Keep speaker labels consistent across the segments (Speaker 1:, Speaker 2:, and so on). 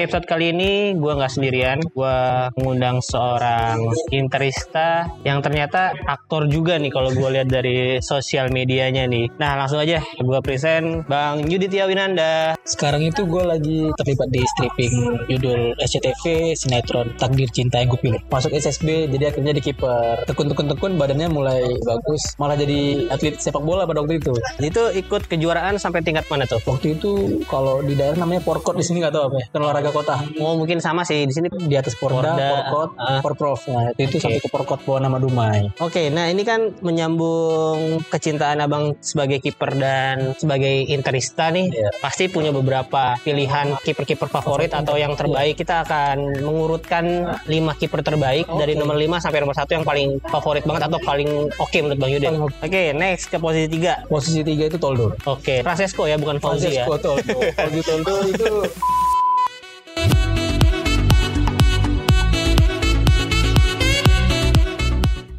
Speaker 1: Episode kali ini gue nggak sendirian, gue mengundang seorang interista yang ternyata aktor juga nih kalau gue lihat dari sosial medianya nih. Nah langsung aja gue present Bang Yuditya Winanda.
Speaker 2: Sekarang itu gue lagi terlibat di stripping judul SCTV sinetron Takdir Cinta yang gue pilih. Masuk SSB jadi akhirnya di kiper. Tekun-tekun-tekun badannya mulai bagus, malah jadi atlet sepak bola pada waktu itu.
Speaker 1: Itu ikut kejuaraan sampai tingkat mana tuh?
Speaker 2: Waktu itu kalau di daerah namanya Porkot di sini nggak tahu apa ya, Kan olahraga kota.
Speaker 1: Oh mungkin sama sih di sini.
Speaker 2: Di atas Porda,
Speaker 1: Porda,
Speaker 2: Porkot,
Speaker 1: ah.
Speaker 2: Porprov. Nah, waktu itu
Speaker 1: Oke.
Speaker 2: sampai ke Porkot bawa nama Dumai.
Speaker 1: Oke, nah ini kan menyambung kecintaan abang sebagai kiper dan sebagai interista nih.
Speaker 2: Iya.
Speaker 1: Pasti punya beberapa pilihan kiper-kiper favorit atau yang
Speaker 2: Iya.
Speaker 1: terbaik. Kita akan mengurutkan 5 kiper terbaik
Speaker 2: Oke.
Speaker 1: dari nomor 5 sampai nomor 1 yang paling favorit banget atau paling oke menurut Bang Yudi.
Speaker 2: Paling
Speaker 1: Oke,
Speaker 2: oke.
Speaker 1: next ke posisi 3.
Speaker 2: Posisi tiga itu Toldo.
Speaker 1: Oke, Francesco ya bukan Fauzi ya.
Speaker 2: Francesco Toldo. Fauzi Toldo itu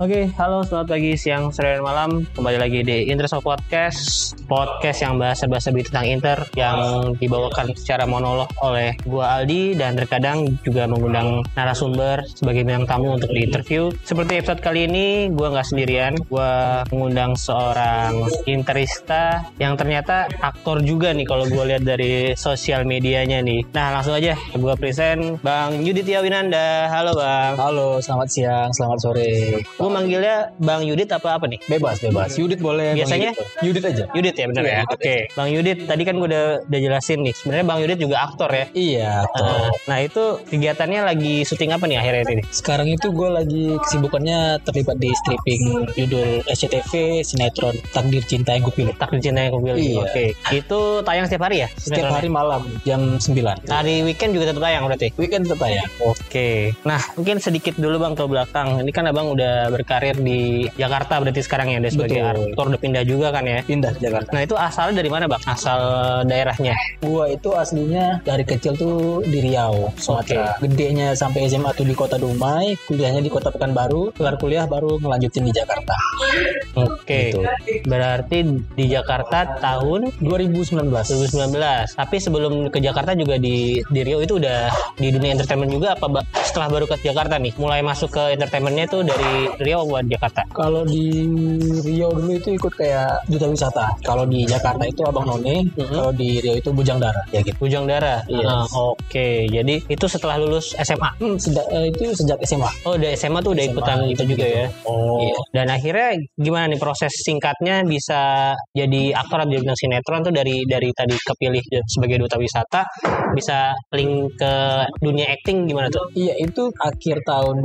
Speaker 1: Oke, halo selamat pagi, siang, sore, dan malam. Kembali lagi di Interso Podcast, podcast yang bahasa bahasa lebih tentang inter yang dibawakan secara monolog oleh gua Aldi dan terkadang juga mengundang narasumber sebagai bintang tamu untuk diinterview. Seperti episode kali ini, gua nggak sendirian, gua mengundang seorang interista yang ternyata aktor juga nih kalau gua lihat dari sosial medianya nih. Nah, langsung aja gua present Bang Yuditya Winanda. Halo, Bang.
Speaker 2: Halo, selamat siang, selamat sore.
Speaker 1: Gue manggilnya Bang Yudit apa apa nih?
Speaker 2: Bebas, bebas. Yudit boleh. Bang
Speaker 1: Biasanya?
Speaker 2: Yudit, Iya, Yudit aja.
Speaker 1: Yudit ya benar ya. Oke, Bang Yudit tadi kan gue udah udah jelasin nih. Sebenarnya Bang Yudit juga aktor ya.
Speaker 2: Iya.
Speaker 1: Nah, Nah itu kegiatannya lagi syuting apa nih akhirnya ini?
Speaker 2: Sekarang itu gue lagi kesibukannya terlibat di stripping judul SCTV sinetron Takdir Cinta yang gue pilih.
Speaker 1: Takdir cinta yang kupilih.
Speaker 2: Iya.
Speaker 1: Oke. Itu tayang setiap hari ya?
Speaker 2: Setiap hari malam jam 9.
Speaker 1: Nah, Hari weekend juga tetap tayang berarti.
Speaker 2: Weekend tetap ya.
Speaker 1: Oke. Nah mungkin sedikit dulu bang ke belakang. Ini kan abang udah berkarir di Jakarta berarti sekarang ya. Udah sebagai
Speaker 2: Betul.
Speaker 1: aktor udah pindah juga kan ya.
Speaker 2: Pindah ke Jakarta.
Speaker 1: Nah itu asalnya dari mana bang? Asal daerahnya?
Speaker 2: Gua itu aslinya dari kecil tuh di Riau, Sumatera. Gedenya sampai SMA tuh di Kota Dumai, kuliahnya di Kota Pekanbaru, kelar kuliah baru ngelanjutin di Jakarta.
Speaker 1: Oke.
Speaker 2: Gitu.
Speaker 1: Berarti di Jakarta tahun
Speaker 2: 2019.
Speaker 1: 2019. Tapi sebelum ke Jakarta juga di di Rio itu udah di dunia entertainment juga apa Mbak? setelah baru ke Jakarta nih? Mulai masuk ke entertainmentnya tuh dari Rio buat Jakarta.
Speaker 2: Kalau di Riau dulu itu ikut kayak duta wisata. Kalau di Jakarta itu Abang None, kalau di Riau itu Bujang Dara ya gitu.
Speaker 1: Ujung Dara.
Speaker 2: Yes.
Speaker 1: Ah, Oke, jadi itu setelah lulus SMA.
Speaker 2: Hmm, sejak- eh, itu sejak SMA.
Speaker 1: Oh, udah SMA tuh udah
Speaker 2: SMA,
Speaker 1: ikutan itu juga ya.
Speaker 2: Oh.
Speaker 1: Iya. Dan akhirnya gimana nih proses singkatnya bisa jadi aktor atau jadi bintang sinetron tuh dari dari tadi kepilih sebagai duta wisata bisa link ke dunia acting gimana tuh?
Speaker 2: Iya itu akhir tahun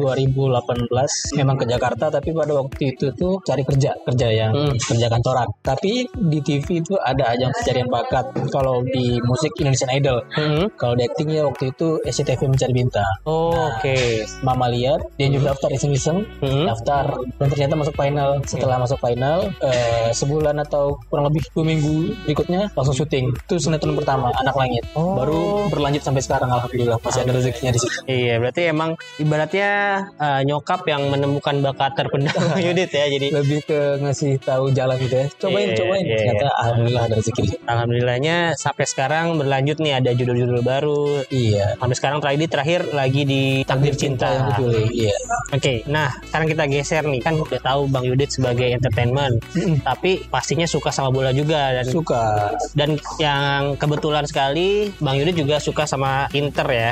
Speaker 2: 2018 memang ke Jakarta tapi pada waktu itu tuh cari kerja kerja yang
Speaker 1: Hmm.
Speaker 2: kerja kantoran tapi di TV itu ada ajang pencarian bakat kalau di musik Indonesian Idol
Speaker 1: Mhm.
Speaker 2: kalau di acting ya waktu itu SCTV mencari bintang
Speaker 1: Oh,
Speaker 2: Nah.
Speaker 1: Oke.
Speaker 2: Mama lihat dia
Speaker 1: Hmm.
Speaker 2: juga daftar iseng-iseng
Speaker 1: Mhm.
Speaker 2: daftar dan ternyata masuk final setelah masuk final eh, sebulan atau kurang lebih dua minggu berikutnya langsung syuting itu sinetron pertama anak langit
Speaker 1: Oh.
Speaker 2: baru berlanjut sampai sekarang alhamdulillah masih ada rezekinya di situ
Speaker 1: Iya, berarti emang ibaratnya eh, nyokap yang menemukan bakat terpendam Bang Yudit ya. Jadi
Speaker 2: lebih ke ngasih tahu jalan gitu ya cobain
Speaker 1: Iya,
Speaker 2: cobain
Speaker 1: iya,
Speaker 2: ternyata alhamdulillah ada rezeki
Speaker 1: alhamdulillahnya sampai sekarang berlanjut nih ada judul-judul baru.
Speaker 2: iya
Speaker 1: Sampai sekarang terakhir terakhir lagi di Takdir Cinta.
Speaker 2: yang
Speaker 1: Oke,
Speaker 2: dipilih iya
Speaker 1: nah sekarang kita geser nih kan udah tahu Bang Yudit sebagai entertainment, tapi pastinya suka sama bola juga dan
Speaker 2: suka
Speaker 1: dan yang kebetulan sekali Bang Yudit juga suka sama Inter ya.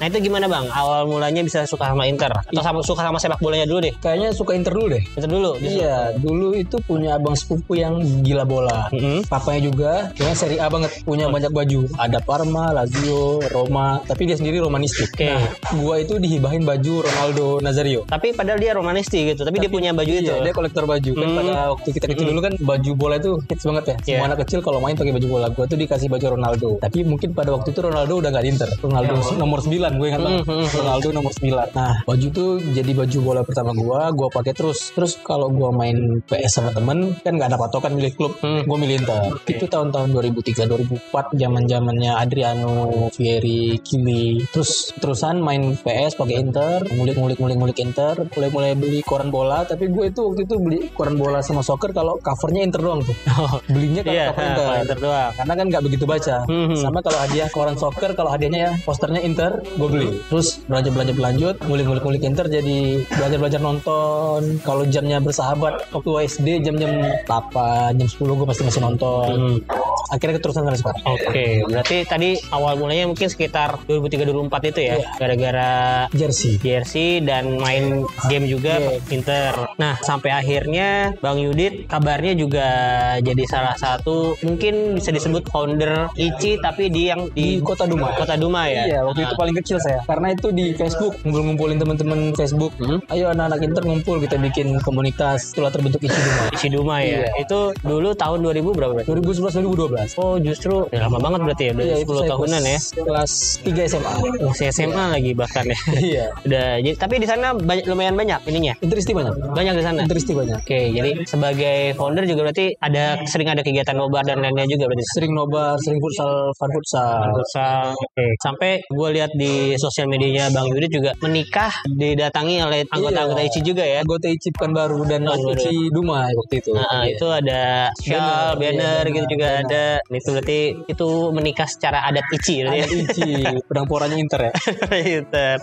Speaker 1: Nah itu gimana Bang? Awal mulanya bisa suka sama Inter atau sama suka sama sepak bolanya dulu deh?
Speaker 2: kayaknya kayaknya suka Inter dulu deh.
Speaker 1: Itu dulu. di-
Speaker 2: Iya, dulu itu punya abang sepupu yang gila bola.
Speaker 1: Mm-mm.
Speaker 2: Papanya juga, dia seri A banget, punya
Speaker 1: Hmm.
Speaker 2: banyak baju. Ada Parma, Lazio, Roma, tapi dia sendiri romanistik.
Speaker 1: Oke.
Speaker 2: Nah, gua itu dihibahin baju Ronaldo Nazario.
Speaker 1: Tapi padahal dia romanisti gitu. Tapi, dia punya baju
Speaker 2: Iya,
Speaker 1: itu.
Speaker 2: dia kolektor baju. Kan
Speaker 1: Hmm.
Speaker 2: pada waktu kita kecil dulu kan baju bola itu hits banget ya. Semua
Speaker 1: Iya.
Speaker 2: anak kecil kalau main pakai baju bola. Gue tuh dikasih baju Ronaldo. Tapi mungkin pada waktu itu Ronaldo udah gak di Inter. Ronaldo
Speaker 1: Iya.
Speaker 2: nomor 9 gue ingat banget.
Speaker 1: Hmm, hmm,
Speaker 2: Ronaldo nomor 9. Nah, baju tuh jadi baju bola pertama gue. Gue pakai terus. Terus kalau gue main PS sama temen kan gak ada patokan milih klub.
Speaker 1: Hmm.
Speaker 2: Gue milih Inter. Itu tahun-tahun 2003, 2004 zaman zamannya Adriano, Fieri, Kimi. Terus terusan main PS pakai Inter, ngulik-ngulik-ngulik-ngulik Inter, mulai-mulai beli koran bola. Tapi gue itu waktu itu beli koran bola sama soccer kalau covernya Inter doang tuh. Belinya kalau
Speaker 1: Iya,
Speaker 2: cover
Speaker 1: nah,
Speaker 2: Inter.
Speaker 1: kalau Inter doang.
Speaker 2: Karena kan nggak begitu baca.
Speaker 1: Hmm.
Speaker 2: Sama kalau hadiah koran soccer, kalau hadiahnya ya posternya Inter, gue beli.
Speaker 1: Hmm.
Speaker 2: Terus belanja belanja berlanjut, ngulik ngulik ngulik Inter jadi belajar belajar nonton. Kalau jamnya bersahabat, waktu SD jam jam 8, jam 10 gue pasti masih nonton.
Speaker 1: Hmm.
Speaker 2: Akhirnya keterusan sampai sekarang.
Speaker 1: Oke, berarti tadi awal mulanya mungkin sekitar 2003-2004 itu ya,
Speaker 2: Iya.
Speaker 1: gara-gara
Speaker 2: Jersey.
Speaker 1: jersey dan main game juga Inter. Nah, sampai akhirnya Bang Yudit kabarnya juga jadi salah satu mungkin bisa disebut founder ICI tapi di yang di,
Speaker 2: Di Kota Dumai.
Speaker 1: Kota Dumai ya.
Speaker 2: Iya, waktu itu paling kecil saya. Karena itu di Facebook, ngumpul-ngumpulin teman-teman Facebook.
Speaker 1: Hmm.
Speaker 2: Ayo anak-anak Inter ngumpul, kita bikin komunitas. Itulah terbentuk isi Dumai.
Speaker 1: ICI Dumai ya.
Speaker 2: Iya.
Speaker 1: Itu dulu tahun 2000 berapa? berarti?
Speaker 2: 2011-2012.
Speaker 1: Oh, justru udah lama banget berarti ya, udah
Speaker 2: Iya, itu
Speaker 1: 10
Speaker 2: saya
Speaker 1: tahunan ya.
Speaker 2: kelas- Kelas 3 SMA.
Speaker 1: Masih SMA lagi bahkan ya.
Speaker 2: Iya.
Speaker 1: udah jadi tapi di sana banyak, lumayan banyak ininya.
Speaker 2: Interisti banyak.
Speaker 1: Banyak di sana.
Speaker 2: Interisti banyak.
Speaker 1: Oke, jadi sebagai founder juga berarti ada sering ada kegiatan nobar dan lainnya juga berarti.
Speaker 2: Sering nobar, sering futsal, fun futsal.
Speaker 1: Futsal. Sampai gue lihat di sosial medianya Bang Yudi juga menikah didatangi oleh anggota-anggota
Speaker 2: Iya.
Speaker 1: ICI juga ya.
Speaker 2: Anggota ICI bukan kan baru dan
Speaker 1: Oh, baru.
Speaker 2: ICI Dumai waktu itu.
Speaker 1: Nah,
Speaker 2: Iya.
Speaker 1: itu ada shawl,
Speaker 2: Banner,
Speaker 1: banner
Speaker 2: iya,
Speaker 1: gitu
Speaker 2: banner,
Speaker 1: juga
Speaker 2: banner.
Speaker 1: ada. Itu berarti itu menikah secara adat ICI berarti.
Speaker 2: Anak
Speaker 1: ya.
Speaker 2: ICI, pedang poranya Inter ya.
Speaker 1: Pinter.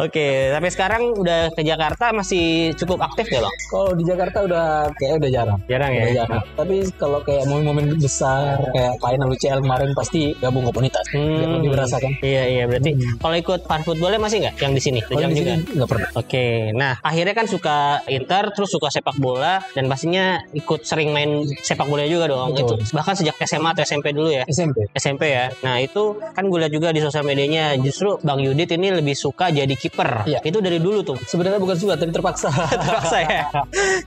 Speaker 1: Oke, tapi sekarang udah ke Jakarta masih cukup aktif ya, Bang?
Speaker 2: Kalau di Jakarta udah kayak udah jarang.
Speaker 1: Jarang ya.
Speaker 2: Udah jarang. Tapi kalau kayak momen-momen besar kayak final UCL kemarin pasti gabung komunitas.
Speaker 1: Iya. Hmm.
Speaker 2: Biar lebih berasa kan.
Speaker 1: Iya, iya, berarti kalau ikut fan footballnya masih nggak yang di sini? Udah
Speaker 2: Kalau
Speaker 1: jarang
Speaker 2: Oh, di
Speaker 1: juga.
Speaker 2: sini nggak pernah.
Speaker 1: Oke, nah akhirnya kan suka Inter, terus suka sepak bola, dan pastinya ikut sering main sepak bola juga dong.
Speaker 2: Betul.
Speaker 1: Itu bahkan sejak SMA atau SMP dulu ya.
Speaker 2: SMP.
Speaker 1: SMP ya. Nah itu kan gue lihat juga di sosial medianya justru Bang Yudit ini lebih suka jadi kiper.
Speaker 2: Iya.
Speaker 1: Itu dari dulu tuh
Speaker 2: Sebenarnya bukan suka tapi terpaksa.
Speaker 1: terpaksa ya.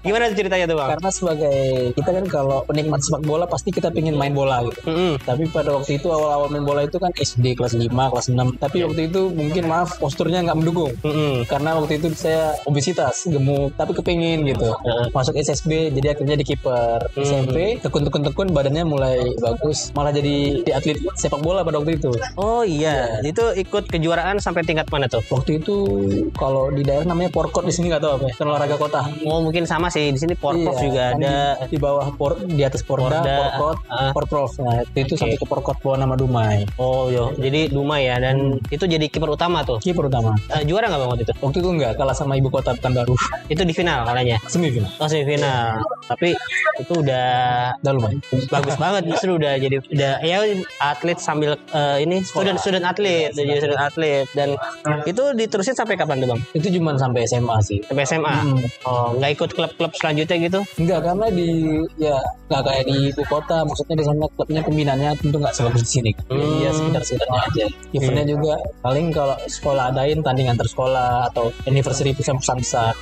Speaker 1: Gimana tuh ceritanya tuh bang?
Speaker 2: Karena sebagai kita kan kalau penikmat sepak bola pasti kita pingin main bola gitu.
Speaker 1: Mm-mm.
Speaker 2: Tapi pada waktu itu awal-awal main bola itu kan SD kelas 5, kelas 6.
Speaker 1: Iya.
Speaker 2: Tapi waktu itu mungkin maaf posturnya nggak mendukung.
Speaker 1: Mm-mm.
Speaker 2: Karena waktu itu saya obesitas, gemuk, tapi kepingin gitu. Masuk SSB, jadi akhirnya di kiper
Speaker 1: Hmm.
Speaker 2: SMP, tekun-tekun-tekun badannya mulai bagus. Malah jadi di atlet sepak bola pada waktu itu.
Speaker 1: Oh iya, itu ikut kejuaraan sampai tingkat mana tuh?
Speaker 2: Waktu itu kalau di daerah namanya Porkot di sini nggak tahu apa ya, Pekan olahraga kota.
Speaker 1: Oh mungkin sama sih di sini Porkov
Speaker 2: Iya,
Speaker 1: juga
Speaker 2: kan
Speaker 1: ada.
Speaker 2: di, di bawah por, di atas Porda,
Speaker 1: Porda,
Speaker 2: Porkot,
Speaker 1: ah.
Speaker 2: Porprov. Nah, waktu itu
Speaker 1: Oke.
Speaker 2: sampai ke Porkot bawah nama Dumai.
Speaker 1: Oh yo,
Speaker 2: Iya.
Speaker 1: jadi Duma ya dan
Speaker 2: Hmm.
Speaker 1: itu jadi kiper utama tuh.
Speaker 2: Kiper utama.
Speaker 1: Eh, juara nggak bang waktu itu?
Speaker 2: Waktu itu enggak kalah sama ibu kota bukan baru.
Speaker 1: Itu di final kalahnya.
Speaker 2: Semifinal.
Speaker 1: Oh semifinal. Tapi itu udah
Speaker 2: Udah lumayan.
Speaker 1: bagus banget justru udah jadi udah ya atlet sambil eh, ini student student atlet udah jadi student atlet dan itu diterusin sampai kapan tuh bang
Speaker 2: Itu cuma sampai SMA sih.
Speaker 1: sampai SMA
Speaker 2: Hmm.
Speaker 1: oh nggak ikut klub-klub selanjutnya gitu
Speaker 2: Enggak karena di ya nggak kayak di ibu kota maksudnya di sana klubnya pembinaannya tentu nggak sebagus di sini. Jadi
Speaker 1: Hmm.
Speaker 2: ya sekitar sekitarnya aja. Eventnya juga paling kalau sekolah adain tanding antar sekolah atau anniversary pesan-pesan besar.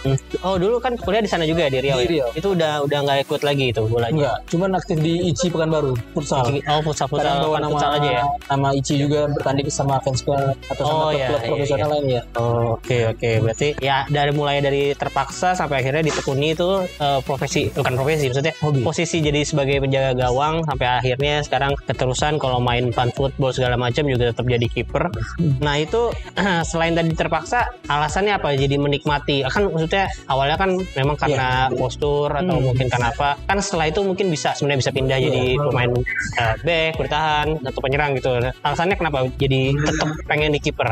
Speaker 1: oh dulu kan kuliah di sana juga ya, di Riau, ya?
Speaker 2: Di Riau.
Speaker 1: itu udah udah nggak ikut lagi itu bolanya
Speaker 2: Enggak, cuman aktif di ICI Pekanbaru futsal.
Speaker 1: oh futsal futsal
Speaker 2: Hmm. kadang bawa
Speaker 1: kan
Speaker 2: nama
Speaker 1: futsal aja ya
Speaker 2: nama Ici juga bertanding sama fans club atau sama
Speaker 1: Oh,
Speaker 2: klub
Speaker 1: iya,
Speaker 2: klub
Speaker 1: iya,
Speaker 2: profesional
Speaker 1: iya.
Speaker 2: lain ya
Speaker 1: Oh, oke oke berarti ya dari mulai dari terpaksa sampai akhirnya ditekuni itu eh, profesi bukan profesi maksudnya
Speaker 2: Hobi.
Speaker 1: posisi jadi sebagai penjaga gawang sampai akhirnya sekarang keterusan kalau main fan football segala macam juga tetap jadi kiper. Nah itu selain tadi terpaksa alasannya apa jadi menikmati kan maksudnya awalnya kan memang karena postur atau mungkin karena apa kan setelah itu mungkin bisa sebenarnya bisa pindah jadi pemain main eh, back bertahan atau penyerang gitu alasannya kenapa jadi tetap pengen di kiper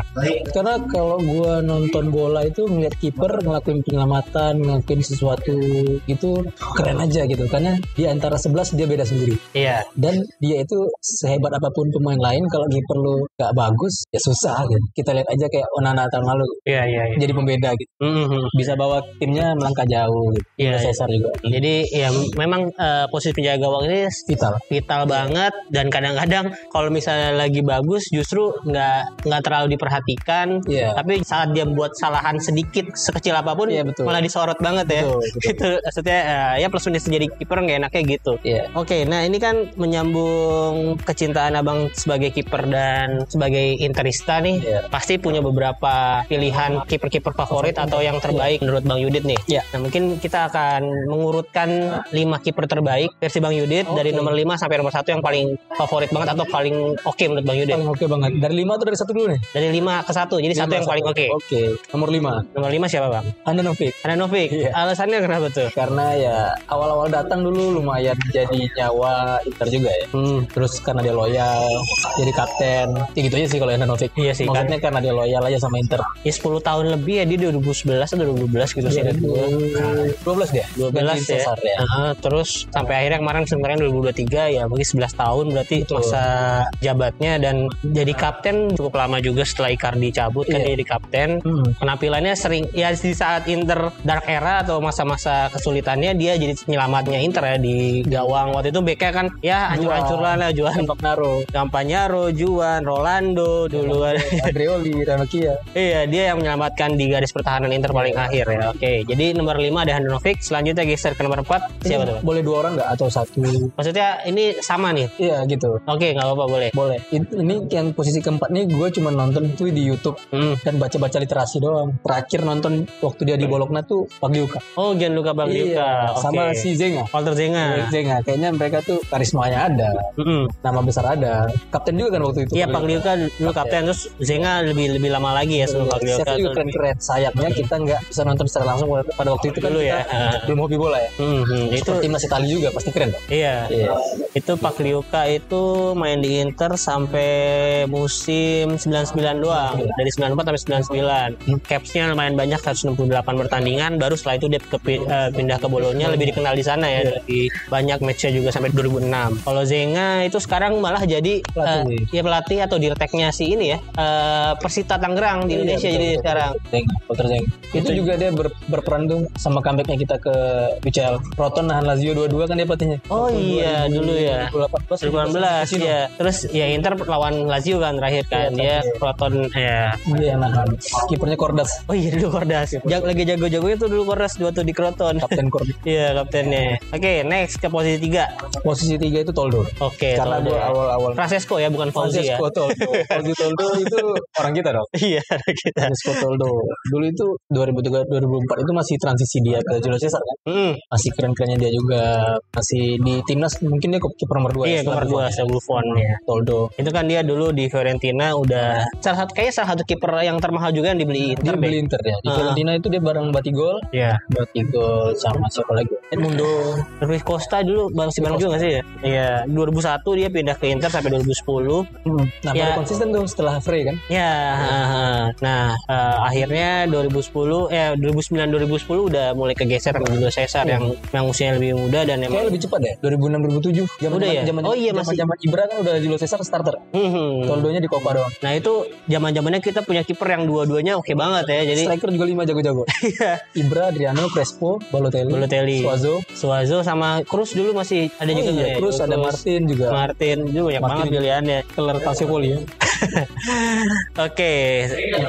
Speaker 2: Karena kalau gua nonton bola itu ngeliat kiper ngelakuin penyelamatan, ngelakuin sesuatu itu keren aja gitu. Karena di antara 11 dia beda sendiri.
Speaker 1: iya
Speaker 2: Dan dia itu sehebat apapun pemain lain kalau kiper lu gak bagus ya susah gitu. Kita lihat aja kayak Onana tahun lalu
Speaker 1: iya iya iya
Speaker 2: jadi pembeda gitu.
Speaker 1: Mhm.
Speaker 2: Bisa bawa timnya melangkah jauh gitu.
Speaker 1: Iya,
Speaker 2: Ada
Speaker 1: iya.
Speaker 2: Cesar juga.
Speaker 1: jadi ya memang eh, posisi penjaga gawang ini
Speaker 2: Vital.
Speaker 1: vital banget dan kadang-kadang kalau misalnya lagi bagus justru nggak nggak terlalu diperhatikan
Speaker 2: Iya.
Speaker 1: tapi saat dia buat kesalahan sedikit sekecil apapun
Speaker 2: Iya, betul.
Speaker 1: malah disorot banget ya
Speaker 2: Betul,
Speaker 1: itu maksudnya eh, ya plus minus jadi kiper nggak enaknya gitu
Speaker 2: Iya.
Speaker 1: Oke, nah ini kan menyambung kecintaan abang sebagai kiper dan sebagai interista nih,
Speaker 2: Iya.
Speaker 1: pasti punya beberapa pilihan kiper-kiper favorit atau yang terbaik menurut Bang Yudit nih.
Speaker 2: Iya.
Speaker 1: Nah mungkin kita akan mengurutkan 5 kiper terbaik versi Bang Yudit
Speaker 2: Oke.
Speaker 1: dari nomor 5 sampai nomor 1 yang paling favorit banget atau paling oke menurut Bang Yudit.
Speaker 2: Iya, Paling oke banget. Dari 5 atau dari 1 dulu nih?
Speaker 1: Dari 5 ke 1, jadi satu
Speaker 2: Lima,
Speaker 1: yang paling oke.
Speaker 2: Oke. Nomor 5.
Speaker 1: Nomor 5 siapa Bang?
Speaker 2: Handanovic.
Speaker 1: Novik.
Speaker 2: Iya.
Speaker 1: Alasannya kenapa tuh?
Speaker 2: karena ya awal-awal datang dulu lumayan jadi nyawa Inter juga ya
Speaker 1: Hmm.
Speaker 2: terus karena dia loyal jadi kapten ya gitu aja sih kalau Handanovic
Speaker 1: Iya sih, kan.
Speaker 2: maksudnya karena dia loyal aja sama Inter
Speaker 1: Ya 10 tahun lebih ya, dia 2011 atau 2012 gitu sih.
Speaker 2: 12 dia
Speaker 1: 12
Speaker 2: Gantiin
Speaker 1: ya.
Speaker 2: Cesar ya
Speaker 1: Nah, terus sampai akhirnya kemarin sebenarnya 2023 ya bagi 11 tahun berarti masa jabatnya dan jadi kapten cukup lama juga setelah Icardi cabut kan
Speaker 2: Iya.
Speaker 1: dia jadi kapten.
Speaker 2: Hmm.
Speaker 1: Penampilannya sering ya di saat Inter dark era atau masa-masa kesulitannya dia jadi penyelamatnya Inter ya di gawang waktu itu BK kan ya hancur-hancur lah lah, Juan
Speaker 2: Naro
Speaker 1: Gampanyaro, Juan, Rolando dulu ada
Speaker 2: Andreoli Ranocchia
Speaker 1: Iya, dia yang menyelamatkan di garis pertahanan Inter paling akhir ya. Oke, jadi nomor 5 ada Handanovic, selanjutnya geser ke nomor 4. Siapa tuh? Bang?
Speaker 2: boleh dua orang nggak atau satu
Speaker 1: Maksudnya ini sama nih.
Speaker 2: iya gitu
Speaker 1: Oke, nggak apa-apa boleh.
Speaker 2: boleh It- ini yang posisi keempat nih gue cuma nonton itu di YouTube
Speaker 1: Hmm.
Speaker 2: dan baca-baca literasi doang terakhir nonton waktu dia di Bologna tuh Pagliuca
Speaker 1: Oh, Gianluca Bagliuca. Oke.
Speaker 2: Iya, sama si ya? Zenga
Speaker 1: Walter Zenga.
Speaker 2: Zenga Iya, kayaknya mereka tuh karismanya ada
Speaker 1: Mm-mm.
Speaker 2: nama besar ada kapten juga kan waktu itu
Speaker 1: Iya, Pagliuca dulu kapten terus Zenga lebih lebih lama
Speaker 2: Iya,
Speaker 1: lagi ya sebelum Bagliuca.
Speaker 2: Chef juga
Speaker 1: tuh.
Speaker 2: keren keren sayapnya kita nggak bisa nonton secara langsung pada- pada waktu itu kan
Speaker 1: Dulu ya.
Speaker 2: kita belum hobi bola ya
Speaker 1: Mhm,
Speaker 2: itu
Speaker 1: Itu
Speaker 2: timnas Italia juga pasti keren dong
Speaker 1: iya.
Speaker 2: iya
Speaker 1: Itu Pagliuca itu main di Inter sampai musim 99 doang. Dari 94 sampai
Speaker 2: Hmm.
Speaker 1: 99. Caps-nya lumayan banyak 168 pertandingan baru setelah itu dia ke- eh, pindah ke Bolonya lebih dikenal di sana ya. Lebih banyak match-nya juga sampai 2006. Kalau Zenga itu sekarang malah jadi
Speaker 2: Pelatih.
Speaker 1: eh, ya pelatih atau direkteknya si ini ya. eh, Persita Tangerang di Indonesia
Speaker 2: Iya,
Speaker 1: jadi
Speaker 2: betul,
Speaker 1: sekarang.
Speaker 2: betul. Zeng, Walter Zeng. itu juga dia ber- berperan tuh sama comebacknya kita ke UCL Proton nahan Lazio 2-2 kan dia pelatihnya
Speaker 1: Oh iya, dulu ya.
Speaker 2: 2018
Speaker 1: 2018 ya. Terus ya Inter lawan Lazio kan terakhir kan. Dia Proton ya
Speaker 2: iya nahan kipernya Kordas
Speaker 1: Oh iya dulu Kordas. Jag- lagi jago-jagonya tuh dulu Kordas dua tuh di Kroton.
Speaker 2: kapten Kordas
Speaker 1: Iya kaptennya. Oke next ke posisi tiga.
Speaker 2: posisi tiga itu Toldo
Speaker 1: Oke.
Speaker 2: karena
Speaker 1: Toldo
Speaker 2: dia
Speaker 1: ya.
Speaker 2: awal-awal
Speaker 1: Francesco ya bukan Fauzi ya.
Speaker 2: Francesco Toldo Fauzi Toldo itu orang kita dong
Speaker 1: Iya kita.
Speaker 2: Francesco Toldo dulu itu 2003 2004 itu masih transisi dia ke Julio Cesar kan
Speaker 1: Hmm,
Speaker 2: masih keren-kerennya dia juga masih di timnas mungkin dia kiper nomor 2
Speaker 1: iya nomor dua saya Buffon ya.
Speaker 2: Toldo
Speaker 1: Itu kan dia dulu di Fiorentina udah salah satu kayaknya salah satu kiper yang termahal juga yang dibeli Inter.
Speaker 2: dia
Speaker 1: deh.
Speaker 2: beli Inter ya di
Speaker 1: Ah.
Speaker 2: Fiorentina itu dia bareng Batigol
Speaker 1: Iya.
Speaker 2: Batigol sama siapa lagi Edmundo
Speaker 1: Rui Costa dulu bang si bareng juga gak sih ya? Iya. 2001 dia pindah ke Inter sampai 2010.
Speaker 2: nah
Speaker 1: Ya.
Speaker 2: baru konsisten tuh setelah Frey kan
Speaker 1: Ya, nah eh, akhirnya 2010 eh 2009 2010 udah mulai kegeser sama Julio Cesar yang yang usianya lebih muda dan emang
Speaker 2: Kayak lebih cepat ya 2006 2007 zaman
Speaker 1: Udah ya?
Speaker 2: zaman
Speaker 1: Oh iya, masih.
Speaker 2: zaman Ibra kan udah Julio Cesar starter
Speaker 1: Mhm.
Speaker 2: Toldonya di Copa doang
Speaker 1: Nah itu zaman-zamannya kita punya kiper yang dua-duanya oke banget ya. Jadi
Speaker 2: striker juga lima jago-jago Ibra, Adriano, Crespo, Balotelli,
Speaker 1: Balotelli.
Speaker 2: Suazo, Iya,
Speaker 1: Suazo sama Cruz dulu masih ada juga nggak ya?
Speaker 2: terus ada Martin juga,
Speaker 1: Martin juga banyak
Speaker 2: Martin.
Speaker 1: banget pilihannya.
Speaker 2: Keller Calciopoli ya.
Speaker 1: Oke,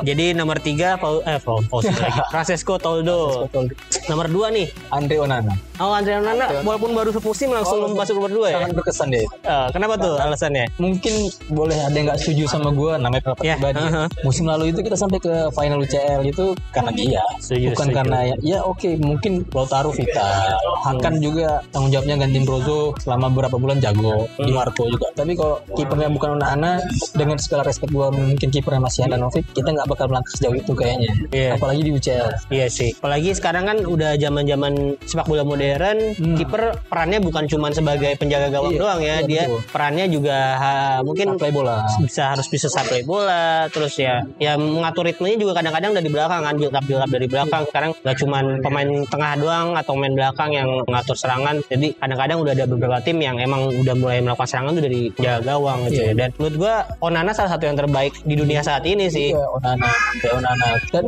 Speaker 1: jadi nomor tiga Pau, eh, Pau- Fauzi lagi. Francesco Toldo.
Speaker 2: Betul.
Speaker 1: Nomor dua nih.
Speaker 2: Andre Onana.
Speaker 1: Oh Andre Onana walaupun baru semusim langsung
Speaker 2: Oh,
Speaker 1: masuk nomor dua ya.
Speaker 2: Sangat berkesan deh.
Speaker 1: Eh, kenapa tuh alasannya?
Speaker 2: Mungkin boleh ada yang nggak setuju sama gue, namanya pendapat
Speaker 1: Ya,
Speaker 2: pribadi.
Speaker 1: uh-huh.
Speaker 2: Musim lalu itu kita sampai ke final UCL itu karena dia,
Speaker 1: Setuju,
Speaker 2: bukan
Speaker 1: setuju.
Speaker 2: karena ya, ya oke mungkin Lautaro Vita, Hakan juga tanggung jawabnya gantiin
Speaker 1: Hmm.
Speaker 2: Brozo selama berapa bulan jago, Di Marco juga. Tapi kalau kipernya bukan Onana dengan segala segala respect gue mungkin kipernya masih Handanovic kita nggak bakal melangkah sejauh itu kayaknya
Speaker 1: Iya.
Speaker 2: apalagi di UCL
Speaker 1: Iya sih. Apalagi sekarang kan udah zaman-zaman sepak bola modern,
Speaker 2: Hmm.
Speaker 1: kiper perannya bukan cuma sebagai penjaga gawang
Speaker 2: Iya,
Speaker 1: doang ya,
Speaker 2: iya,
Speaker 1: dia
Speaker 2: betul.
Speaker 1: perannya juga ha, mungkin
Speaker 2: play bola
Speaker 1: bisa harus bisa supply bola terus ya ya mengatur ritmenya juga kadang-kadang dari belakang kan build up build up dari belakang sekarang nggak cuman pemain tengah doang atau pemain belakang yang mengatur serangan jadi kadang-kadang udah ada beberapa tim yang emang udah mulai melakukan serangan tuh dari jaga gawang gitu ya
Speaker 2: Iya.
Speaker 1: dan menurut gua Onana salah satu yang terbaik di dunia saat ini sih
Speaker 2: Iya, Onana, Iya, Onana. Dan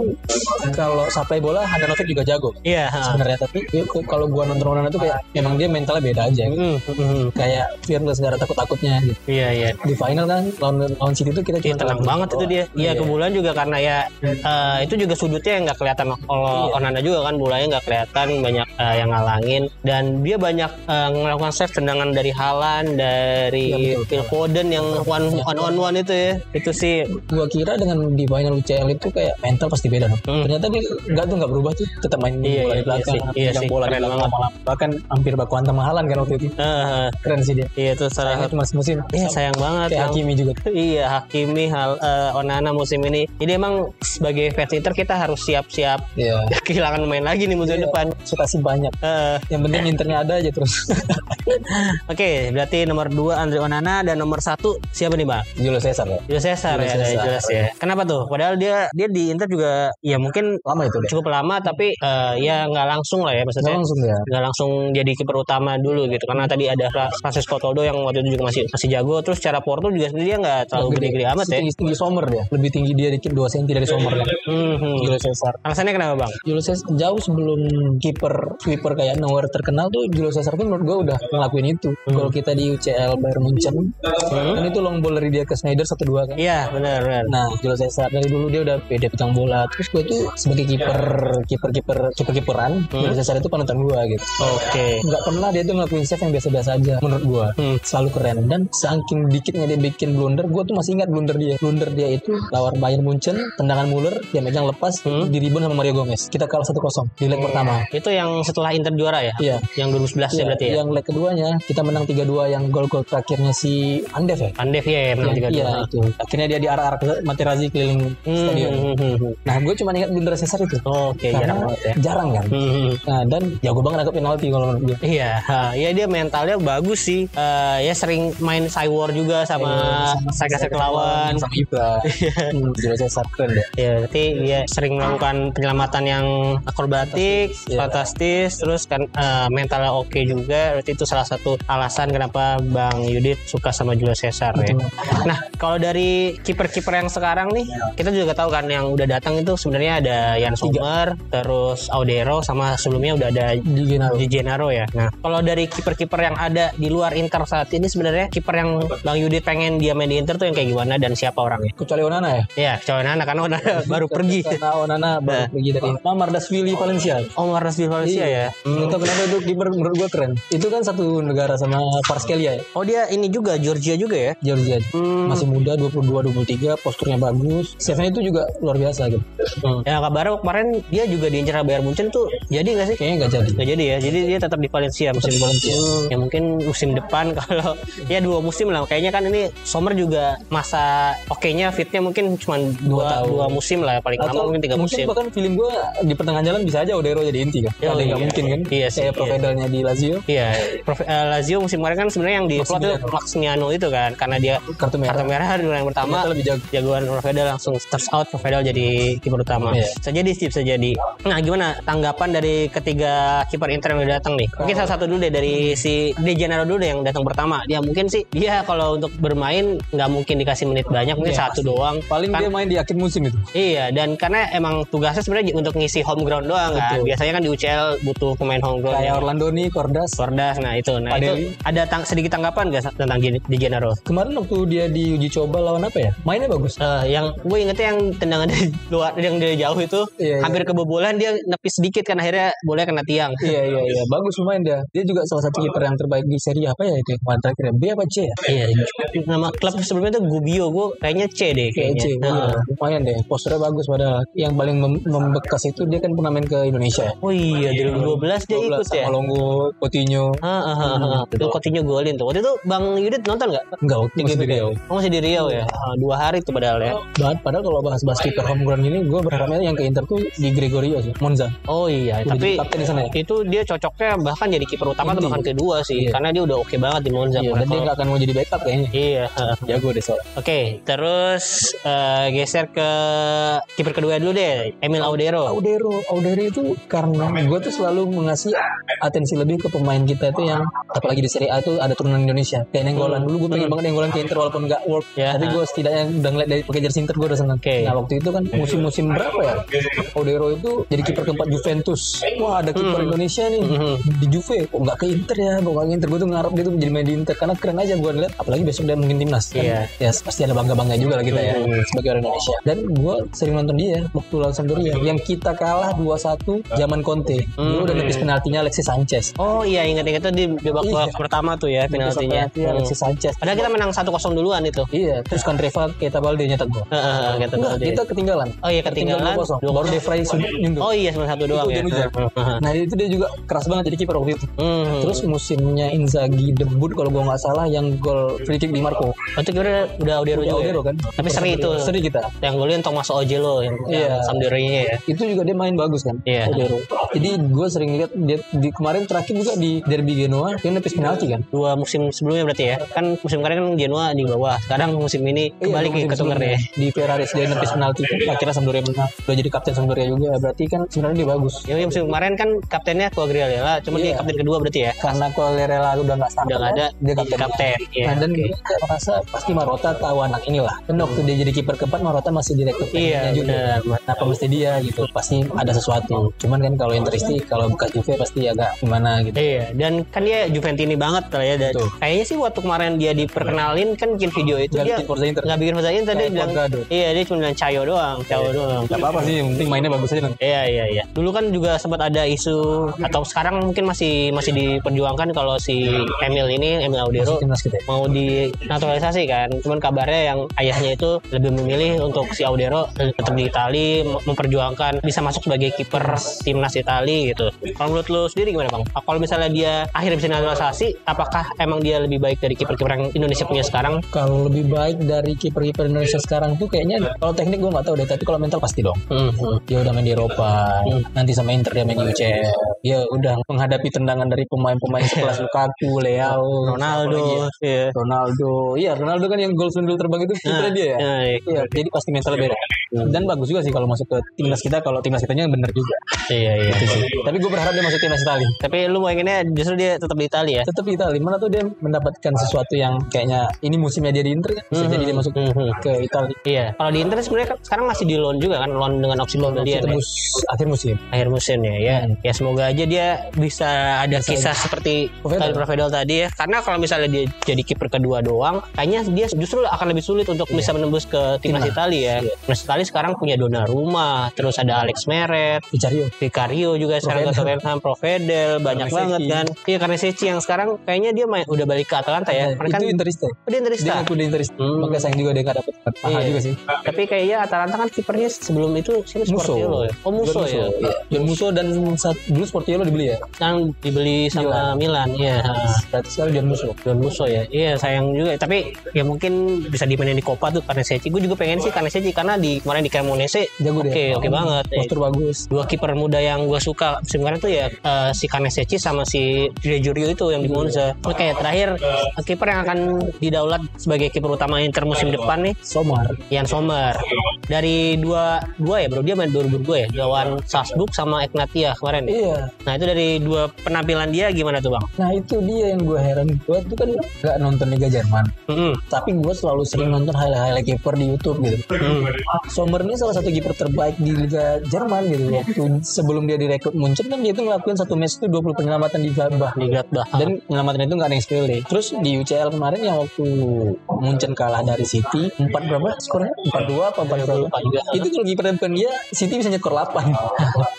Speaker 2: kalau supply bola Handanovic juga jago
Speaker 1: iya ha.
Speaker 2: sebenarnya tapi ya, kok- kalau gua nonton Onana tuh kayak memang dia mentalnya beda aja
Speaker 1: Mm, mm, mm.
Speaker 2: kayak fearless nggak ada takut-takutnya gitu.
Speaker 1: iya iya
Speaker 2: di final kan lawan lawan City itu kita
Speaker 1: Dia
Speaker 2: cuma
Speaker 1: Iya, tenang
Speaker 2: kalah
Speaker 1: banget itu dia.
Speaker 2: doang.
Speaker 1: Iya kebulan juga karena ya eh, itu juga sudutnya yang nggak kelihatan kalau
Speaker 2: Iya.
Speaker 1: Onana juga kan mulanya nggak kelihatan banyak eh, yang ngalangin dan dia banyak eh, melakukan save tendangan dari Halan dari
Speaker 2: Iya, betul. Iya.
Speaker 1: Phil Foden yang one one on one itu ya itu sih
Speaker 2: gua kira dengan di final UCL itu kayak mental pasti beda dong.
Speaker 1: Hmm.
Speaker 2: Ternyata dia nggak tuh nggak berubah tuh tetap main
Speaker 1: Iya,
Speaker 2: bola
Speaker 1: iya,
Speaker 2: di belakang,
Speaker 1: iya sih, iya
Speaker 2: pegang
Speaker 1: sih,
Speaker 2: bola di
Speaker 1: keren
Speaker 2: belakang
Speaker 1: banget.
Speaker 2: lama-lama. bahkan hampir bakuan sama Haaland kan waktu itu.
Speaker 1: eh,
Speaker 2: Keren sih dia.
Speaker 1: iya itu salah
Speaker 2: Kayaknya
Speaker 1: satu
Speaker 2: cuma musim.
Speaker 1: Iya sayang banget
Speaker 2: kayak
Speaker 1: yang-
Speaker 2: Hakimi juga.
Speaker 1: Iya Hakimi hal eh, Onana musim ini. Jadi emang sebagai fans Inter kita harus siap-siap
Speaker 2: Iya.
Speaker 1: kehilangan pemain lagi nih musim
Speaker 2: Iya.
Speaker 1: depan.
Speaker 2: Ekspektasi banyak.
Speaker 1: Eh,
Speaker 2: Yang penting internya ada aja terus.
Speaker 1: Oke, berarti nomor 2 Andre Onana dan nomor satu siapa nih, Bang?
Speaker 2: Julio Cesar ya.
Speaker 1: Julio Cesar
Speaker 2: Julio
Speaker 1: ya, ada
Speaker 2: Cesar.
Speaker 1: jelas ya. Kenapa tuh? Padahal dia dia di Inter juga ya mungkin
Speaker 2: Lama itu deh.
Speaker 1: cukup lama tapi eh, ya nggak langsung lah ya
Speaker 2: Nggak
Speaker 1: maksudnya.
Speaker 2: langsung ya.
Speaker 1: nggak langsung jadi kiper utama dulu gitu karena tadi ada Fra- Francisco Toldo yang waktu itu juga masih masih jago terus secara Porto juga sendiri dia nggak terlalu gede-gede amat ya
Speaker 2: Tinggi, tinggi Sommer dia. Lebih tinggi dia dikit 2 cm dari Sommer. kan.
Speaker 1: hmm, hmm.
Speaker 2: Julio Cesar.
Speaker 1: alasannya kenapa bang?
Speaker 2: Julio Cesar jauh sebelum kiper sweeper kayak nowhere terkenal tuh Julio Cesar tuh menurut gue udah ngelakuin itu. Kalau kita di UCL Bayern Munchen, kan itu long ball dari dia ke Snyder satu dua kan.
Speaker 1: iya benar benar
Speaker 2: Nah, Julio Cesar dari dulu dia udah beda pegang bola. Terus gue tuh sebagai kiper kiper kiper kiper kiperan, Julio Cesar itu penonton gue gitu.
Speaker 1: oke
Speaker 2: Nggak pernah dia tuh ngelakuin save yang biasa-biasa aja menurut gue.
Speaker 1: Hmm.
Speaker 2: Selalu keren dan saking dikitnya dia bikin blunder, gue tuh masih ingat blunder dia. Blunder dia itu lawan Bayern Munchen, tendangan Muller, dia megang lepas,
Speaker 1: Hmm. Iya.
Speaker 2: di rebound sama Mario Gomez. Kita kalah 1-0 di leg pertama.
Speaker 1: itu yang setelah Inter juara ya?
Speaker 2: Iya.
Speaker 1: yang 2011 ya
Speaker 2: Iya,
Speaker 1: berarti ya?
Speaker 2: Yang leg keduanya kita menang 3-2 yang gol-gol terakhirnya si Andev ya.
Speaker 1: Pandev ya yang menang
Speaker 2: Iya,
Speaker 1: 3-2.
Speaker 2: iya, itu. Akhirnya dia diarah-arah ke Materazzi keliling
Speaker 1: Hmm,
Speaker 2: stadion.
Speaker 1: hmm, hmm, hmm.
Speaker 2: Nah, gue cuma ingat blunder Cesar itu.
Speaker 1: Oke,
Speaker 2: Karena
Speaker 1: jarang banget ya.
Speaker 2: Jarang kan.
Speaker 1: Hmm, hmm.
Speaker 2: Nah, dan jago banget nangkep penalti kalau menurut gue.
Speaker 1: Iya, ha, ya dia mentalnya bagus sih. Eh, ya sering main cywar juga
Speaker 2: Eh,
Speaker 1: sama sakit lawan. Iya.
Speaker 2: sama Ibra. Hmm, Gila Cesar keren deh.
Speaker 1: Ya, berarti dia sering melakukan penyelamatan yang akrobatik,
Speaker 2: Iya.
Speaker 1: fantastis, terus kan eh, mentalnya oke juga. Berarti itu salah satu alasan kenapa Bang Yudit suka sama Julio Cesar ya.
Speaker 2: Betul.
Speaker 1: Nah, kalau dari kiper-kiper yang sekarang nih, kita juga tahu kan yang udah datang itu sebenarnya ada Yan Sommer, terus Audero sama sebelumnya udah ada
Speaker 2: Di Genaro.
Speaker 1: Di Gennaro ya. Nah, kalau dari kiper-kiper yang ada di luar Inter saat ini sebenarnya kiper yang Bang Yudi pengen dia main di Inter tuh yang kayak gimana dan siapa orangnya?
Speaker 2: Kecuali Onana ya.
Speaker 1: Ya, kecuali Nana karena Onana baru pergi. Nah.
Speaker 2: Karena Onana baru pergi dari Mamar Dasvili Valencia.
Speaker 1: Omar Rasbil Valencia ya.
Speaker 2: Nggak tahu kenapa itu kiper menurut gue keren. Itu kan satu negara sama Parskelia ya.
Speaker 1: Oh dia ini juga Georgia juga ya?
Speaker 2: Georgia.
Speaker 1: Hmm.
Speaker 2: masih muda 22 23 posturnya bagus save-nya itu juga luar biasa gitu
Speaker 1: Ya kabarnya kemarin dia juga diincar Bayern Munchen tuh jadi nggak sih?
Speaker 2: kayaknya nggak jadi
Speaker 1: Gak jadi ya, jadi dia tetap di Valencia musim
Speaker 2: di Valencia.
Speaker 1: Hmm, Ya mungkin musim depan kalau ya dua musim lah. Kayaknya kan ini Sommer juga masa oke-nya fitnya mungkin cuma dua,
Speaker 2: tahun.
Speaker 1: dua musim lah paling lama iya, mungkin tiga musim.
Speaker 2: bahkan film gue di pertengahan jalan bisa aja Odero jadi inti kan
Speaker 1: Ya,
Speaker 2: ada yang nggak
Speaker 1: iya.
Speaker 2: mungkin kan
Speaker 1: Iya sih,
Speaker 2: kayak
Speaker 1: iya.
Speaker 2: Provedalnya di Lazio
Speaker 1: Iya, Prof- eh, Lazio musim kemarin kan sebenarnya yang di plot itu
Speaker 2: Maximiano.
Speaker 1: Maximiano itu kan karena dia
Speaker 2: kartu merah
Speaker 1: kartu merah di yang pertama
Speaker 2: Ternyata lebih jago
Speaker 1: jagoan Rafael langsung steps out Rafael jadi kiper utama.
Speaker 2: Iya.
Speaker 1: Bisa jadi Steve bisa jadi. Nah, gimana tanggapan dari ketiga kiper Inter yang udah datang nih? Mungkin salah satu dulu deh dari si De Gennaro dulu deh yang datang pertama. Dia mungkin sih dia kalau untuk bermain nggak mungkin dikasih menit banyak, mungkin
Speaker 2: Iya,
Speaker 1: satu doang.
Speaker 2: paling
Speaker 1: Kan-
Speaker 2: dia main di akhir musim itu
Speaker 1: Iya, dan karena emang tugasnya sebenarnya untuk ngisi home ground doang kan.
Speaker 2: Betul.
Speaker 1: Biasanya kan di UCL butuh pemain home ground
Speaker 2: kayak
Speaker 1: yang
Speaker 2: Orlandoni Cordas
Speaker 1: Sordas, nah itu. Nah,
Speaker 2: Padelli.
Speaker 1: itu ada tang- sedikit tanggapan gak tentang Gen- Di Gennaro?
Speaker 2: kemarin waktu dia di uji coba lawan apa ya mainnya bagus
Speaker 1: Eh, yang gue ingetnya yang tendangan dari luar yang dari jauh itu
Speaker 2: Iya, iya.
Speaker 1: hampir kebobolan dia nepis sedikit kan akhirnya boleh kena tiang
Speaker 2: Iya iya iya bagus lumayan dia. Dia juga salah satu kiper yang terbaik di seri apa ya itu yang kemarin terakhir ya? B apa C ya?
Speaker 1: iya nama klub sebelumnya tuh Gubio gue kayaknya C deh
Speaker 2: Kayak
Speaker 1: kayaknya
Speaker 2: C, iya.
Speaker 1: Nah.
Speaker 2: lumayan deh. Posturnya bagus padahal. Yang paling mem- membekas itu dia kan pernah main ke Indonesia. ya.
Speaker 1: oh iya dari 2012 dia
Speaker 2: 12
Speaker 1: ikut ya
Speaker 2: Sama Hmm, Longo, Coutinho.
Speaker 1: Ah, ah, ah, ah. Itu Coutinho golin tuh. Waktu itu Bang Yudit nonton nggak?
Speaker 2: Enggak, tiga
Speaker 1: Masih di Riau. Oh, masih di Riau jauh
Speaker 2: Iya.
Speaker 1: ya. Ah, Dua hari tuh padahal ya.
Speaker 2: Banget, padahal kalau bahas-bahas kiper homegrown ini gue berharapnya yang ke Inter tuh di Gregorio sih, Monza.
Speaker 1: Oh iya,
Speaker 2: Udah
Speaker 1: tapi
Speaker 2: jadi kapten di sana ya?
Speaker 1: itu dia cocoknya bahkan jadi kiper utama atau
Speaker 2: Inti.
Speaker 1: bahkan kedua sih,
Speaker 2: Iya.
Speaker 1: karena dia udah oke banget di Monza.
Speaker 2: Iya, dan dia
Speaker 1: Kalau-
Speaker 2: nggak akan mau jadi backup kayaknya.
Speaker 1: Iya. heeh.
Speaker 2: Jago deh soalnya.
Speaker 1: Oke, terus eh, geser ke kiper kedua dulu deh, Emil Audero.
Speaker 2: Audero, Audero itu karena gue tuh selalu mengasih atensi lebih ke pemain kita itu yang apalagi di Serie A itu ada turunan Indonesia. Kayak nenggolan dulu gue pengen banget nenggolan ke Inter walaupun nggak world,
Speaker 1: Ya,
Speaker 2: tapi
Speaker 1: ha.
Speaker 2: gue setidaknya udah ngeliat dari pakai jersey Inter gue udah seneng.
Speaker 1: Oke.
Speaker 2: Nah waktu itu kan musim-musim berapa ya? Audero itu jadi kiper keempat Juventus. Wah ada kiper Indonesia nih
Speaker 1: Mhm.
Speaker 2: di Juve kok nggak ke Inter ya pokoknya Inter gue tuh ngarep dia tuh menjadi main di Inter karena keren aja gue ngeliat apalagi besok dia mungkin timnas kan
Speaker 1: Iya. Hmm.
Speaker 2: ya pasti ada bangga bangga juga lah kita ya sebagai orang Indonesia dan gue sering nonton dia waktu lawan Sampdoria yang kita kalah 2-1 zaman Conte dulu
Speaker 1: Hmm.
Speaker 2: udah nepis penaltinya Alexis Sanchez
Speaker 1: Oh iya, ingat-ingat tuh di babak
Speaker 2: Iya.
Speaker 1: pertama tuh ya
Speaker 2: Nepis
Speaker 1: penaltinya.
Speaker 2: penalti Alexis
Speaker 1: Hmm.
Speaker 2: Sanchez
Speaker 1: Padahal kita menang 1-0 duluan itu.
Speaker 2: iya terus Candreva kita balde nyetak gol
Speaker 1: Heeh, heeh, kata
Speaker 2: Enggak,
Speaker 1: Balde.
Speaker 2: kita ketinggalan
Speaker 1: Oh iya Ah, ketinggalan.
Speaker 2: 2-0. baru De Vrij sud- nyundul
Speaker 1: Oh iya cuma satu doang
Speaker 2: Itu
Speaker 1: ya.
Speaker 2: dia
Speaker 1: Heeh, heeh.
Speaker 2: nah itu dia juga keras banget jadi kiper waktu itu
Speaker 1: Hmm. Terus
Speaker 2: Terus musimnya Inzaghi debut kalau gue nggak salah yang gol free kick di Marco.
Speaker 1: waktu itu udah udah Audero juga.
Speaker 2: Audero
Speaker 1: ya?
Speaker 2: kan.
Speaker 1: Tapi seri itu.
Speaker 2: Seri kita.
Speaker 1: Yang golin Thomas Ojelo yang
Speaker 2: Iya.
Speaker 1: yang Sampdorianya ya.
Speaker 2: Itu juga dia main bagus kan.
Speaker 1: Iya.
Speaker 2: Audero. Jadi gue sering lihat dia di kemarin terakhir juga di derby Genoa dia nepis penalti kan.
Speaker 1: Dua musim sebelumnya berarti ya. Kan musim kemarin kan Genoa di bawah. Sekarang musim ini kembali
Speaker 2: Iya, musim
Speaker 1: ke ketuker
Speaker 2: sebelumnya.
Speaker 1: ya.
Speaker 2: Di Ferrari dia nepis penalti. Akhirnya Sampdoria menang. Udah jadi kapten Sampdoria juga. Berarti kan sebenarnya dia bagus.
Speaker 1: Ya, musim kemarin kan kaptennya Quagliarella, cuman dia
Speaker 2: Iya.
Speaker 1: kapten kedua berarti ya.
Speaker 2: Karena Colerela udah nggak starter.
Speaker 1: Udah nggak ada
Speaker 2: Dia
Speaker 1: dia
Speaker 2: kapten.
Speaker 1: kapten. Iya.
Speaker 2: Nah, dan gue merasa pasti Marota tahu anak inilah. Dan waktu dia jadi kiper keempat Marota masih direktur
Speaker 1: Iya,
Speaker 2: tekniknya juga.
Speaker 1: benar.
Speaker 2: Kenapa mesti dia gitu? Pasti ada sesuatu. Cuman kan kalau Interisti kalau bekas Juve pasti agak gimana gitu.
Speaker 1: Iya, dan kan dia Juventini banget lah ya. Dan
Speaker 2: Betul.
Speaker 1: kayaknya sih waktu kemarin dia diperkenalin kan bikin video itu
Speaker 2: Nggak
Speaker 1: dia
Speaker 2: bikin Forza Inter.
Speaker 1: nggak bikin Forza Inter dia
Speaker 2: Kayak
Speaker 1: bilang
Speaker 2: Forgado.
Speaker 1: iya dia cuma bilang Cayo doang,
Speaker 2: Iya.
Speaker 1: Cayo doang.
Speaker 2: Gak apa-apa sih, yang penting mainnya bagus aja. Nang.
Speaker 1: Iya iya iya. Dulu kan juga sempat ada isu atau sekarang mungkin masih masih diperjuangkan kalau si Emil ini Emil Audero
Speaker 2: Timnas kita. ya.
Speaker 1: mau dinaturalisasi kan cuman kabarnya yang ayahnya itu lebih memilih untuk si Audero tetap di Itali mem- memperjuangkan bisa masuk sebagai kiper timnas Itali gitu kalau menurut lu sendiri gimana bang kalau misalnya dia akhirnya bisa naturalisasi apakah emang dia lebih baik dari kiper-kiper yang Indonesia punya sekarang
Speaker 2: Kalau lebih baik dari kiper-kiper Indonesia sekarang tuh kayaknya kalau teknik gue nggak tahu deh, tapi kalau mental pasti dong.
Speaker 1: Hmm, hmm.
Speaker 2: Dia udah main di Eropa,
Speaker 1: Hmm.
Speaker 2: nanti sama Inter dia main di UCL. Dia udah menghadapi tendangan dari pemain-pemain sekelas Lukaku, Leao,
Speaker 1: Iya. Ronaldo iya
Speaker 2: Ronaldo. Iya, Ronaldo kan yang gol sundul terbang itu kipernya dia ya.
Speaker 1: Iya, Hmm. iya.
Speaker 2: Iya, jadi pasti mental beda. Dan bagus juga sih kalau masuk ke timnas kita, kalau timnas kitanya bener juga.
Speaker 1: iya iya
Speaker 2: Gitu sih. Tapi gue berharap dia masuk timnas Itali.
Speaker 1: tapi lu pengennya justru dia tetap di Itali ya
Speaker 2: Tetap Itali, mana tuh dia mendapatkan sesuatu yang kayaknya ini musimnya dia di Inter kan, bisa
Speaker 1: Mhm.
Speaker 2: jadi dia masuk
Speaker 1: Mhm.
Speaker 2: ke Itali.
Speaker 1: Iya, kalau di Inter sebenarnya kan sekarang masih di loan juga kan, loan dengan opsi pembelian. ya.
Speaker 2: Tembus akhir musim.
Speaker 1: akhir musim ya ya
Speaker 2: Hmm.
Speaker 1: ya semoga aja dia bisa ada kisah seperti
Speaker 2: Provedel.
Speaker 1: tadi Provedel tadi ya karena kalau misalnya dia jadi kiper kedua doang kayaknya dia justru akan lebih sulit untuk bisa menembus ke Iya. timnas Itali ya timnas Itali sekarang punya Donnarumma terus ada Alex Meret
Speaker 2: Vicario.
Speaker 1: Vicario juga sekarang ke Tottenham Provedel banyak
Speaker 2: Karnesecchi.
Speaker 1: banget kan iya karena Seci yang sekarang kayaknya dia main, udah balik ke Atalanta ya
Speaker 2: Nah,
Speaker 1: karena kan
Speaker 2: itu Interista.
Speaker 1: oh, dia
Speaker 2: Dia
Speaker 1: Interista
Speaker 2: ngaku di Interista.
Speaker 1: Hmm.
Speaker 2: Makanya sayang juga dia gak dapet. Mahal
Speaker 1: Iya.
Speaker 2: juga sih.
Speaker 1: tapi kayaknya Atalanta kan kipernya sebelum itu siapa
Speaker 2: Musso.
Speaker 1: Sportiello ya oh Musso ya
Speaker 2: Dan Musso dan saat- dulu Sportiello dibeli ya.
Speaker 1: sekarang dibeli sama Milan, iya
Speaker 2: Berarti sekali dan Musso.
Speaker 1: Don Musso ya iya sayang juga tapi ya mungkin bisa dimainin di Copa tuh karena Seci gue juga pengen sih karena Seci karena di kemarin di Cremonese
Speaker 2: Jago
Speaker 1: oke
Speaker 2: dia.
Speaker 1: oke banget ya.
Speaker 2: Postur bagus.
Speaker 1: dua kiper muda yang gue suka musim kemarin tuh ya eh, si Kaneseci sama si Jurio itu yang di Monza oke terakhir kiper yang akan didaulat sebagai kiper utama Inter musim depan nih
Speaker 2: Somar.
Speaker 1: Ian Sommer dari dua dua ya bro dia main dua dua ya lawan Salzburg sama Ignatia kemarin ya.
Speaker 2: Iya.
Speaker 1: nah itu dari dua penampilan dia gimana tuh bang?
Speaker 2: Nah itu dia yang gue heran Gue tuh kan gak nonton Liga Jerman
Speaker 1: Mm-mm. Tapi
Speaker 2: Tapi gue selalu sering nonton highlight-highlight kiper di Youtube gitu
Speaker 1: Mm.
Speaker 2: Sommer ini salah satu kiper terbaik di Liga Jerman gitu Waktu sebelum dia direkrut Munchen kan dia tuh ngelakuin satu match tuh 20 penyelamatan di Gladbach
Speaker 1: di Gladbach.
Speaker 2: dan penyelamatan itu nggak ada yang sepele deh. Terus di UCL kemarin yang waktu Munchen kalah dari City empat berapa skornya empat dua apa empat berapa itu kalau kipernya bukan dia City bisa nyekor 8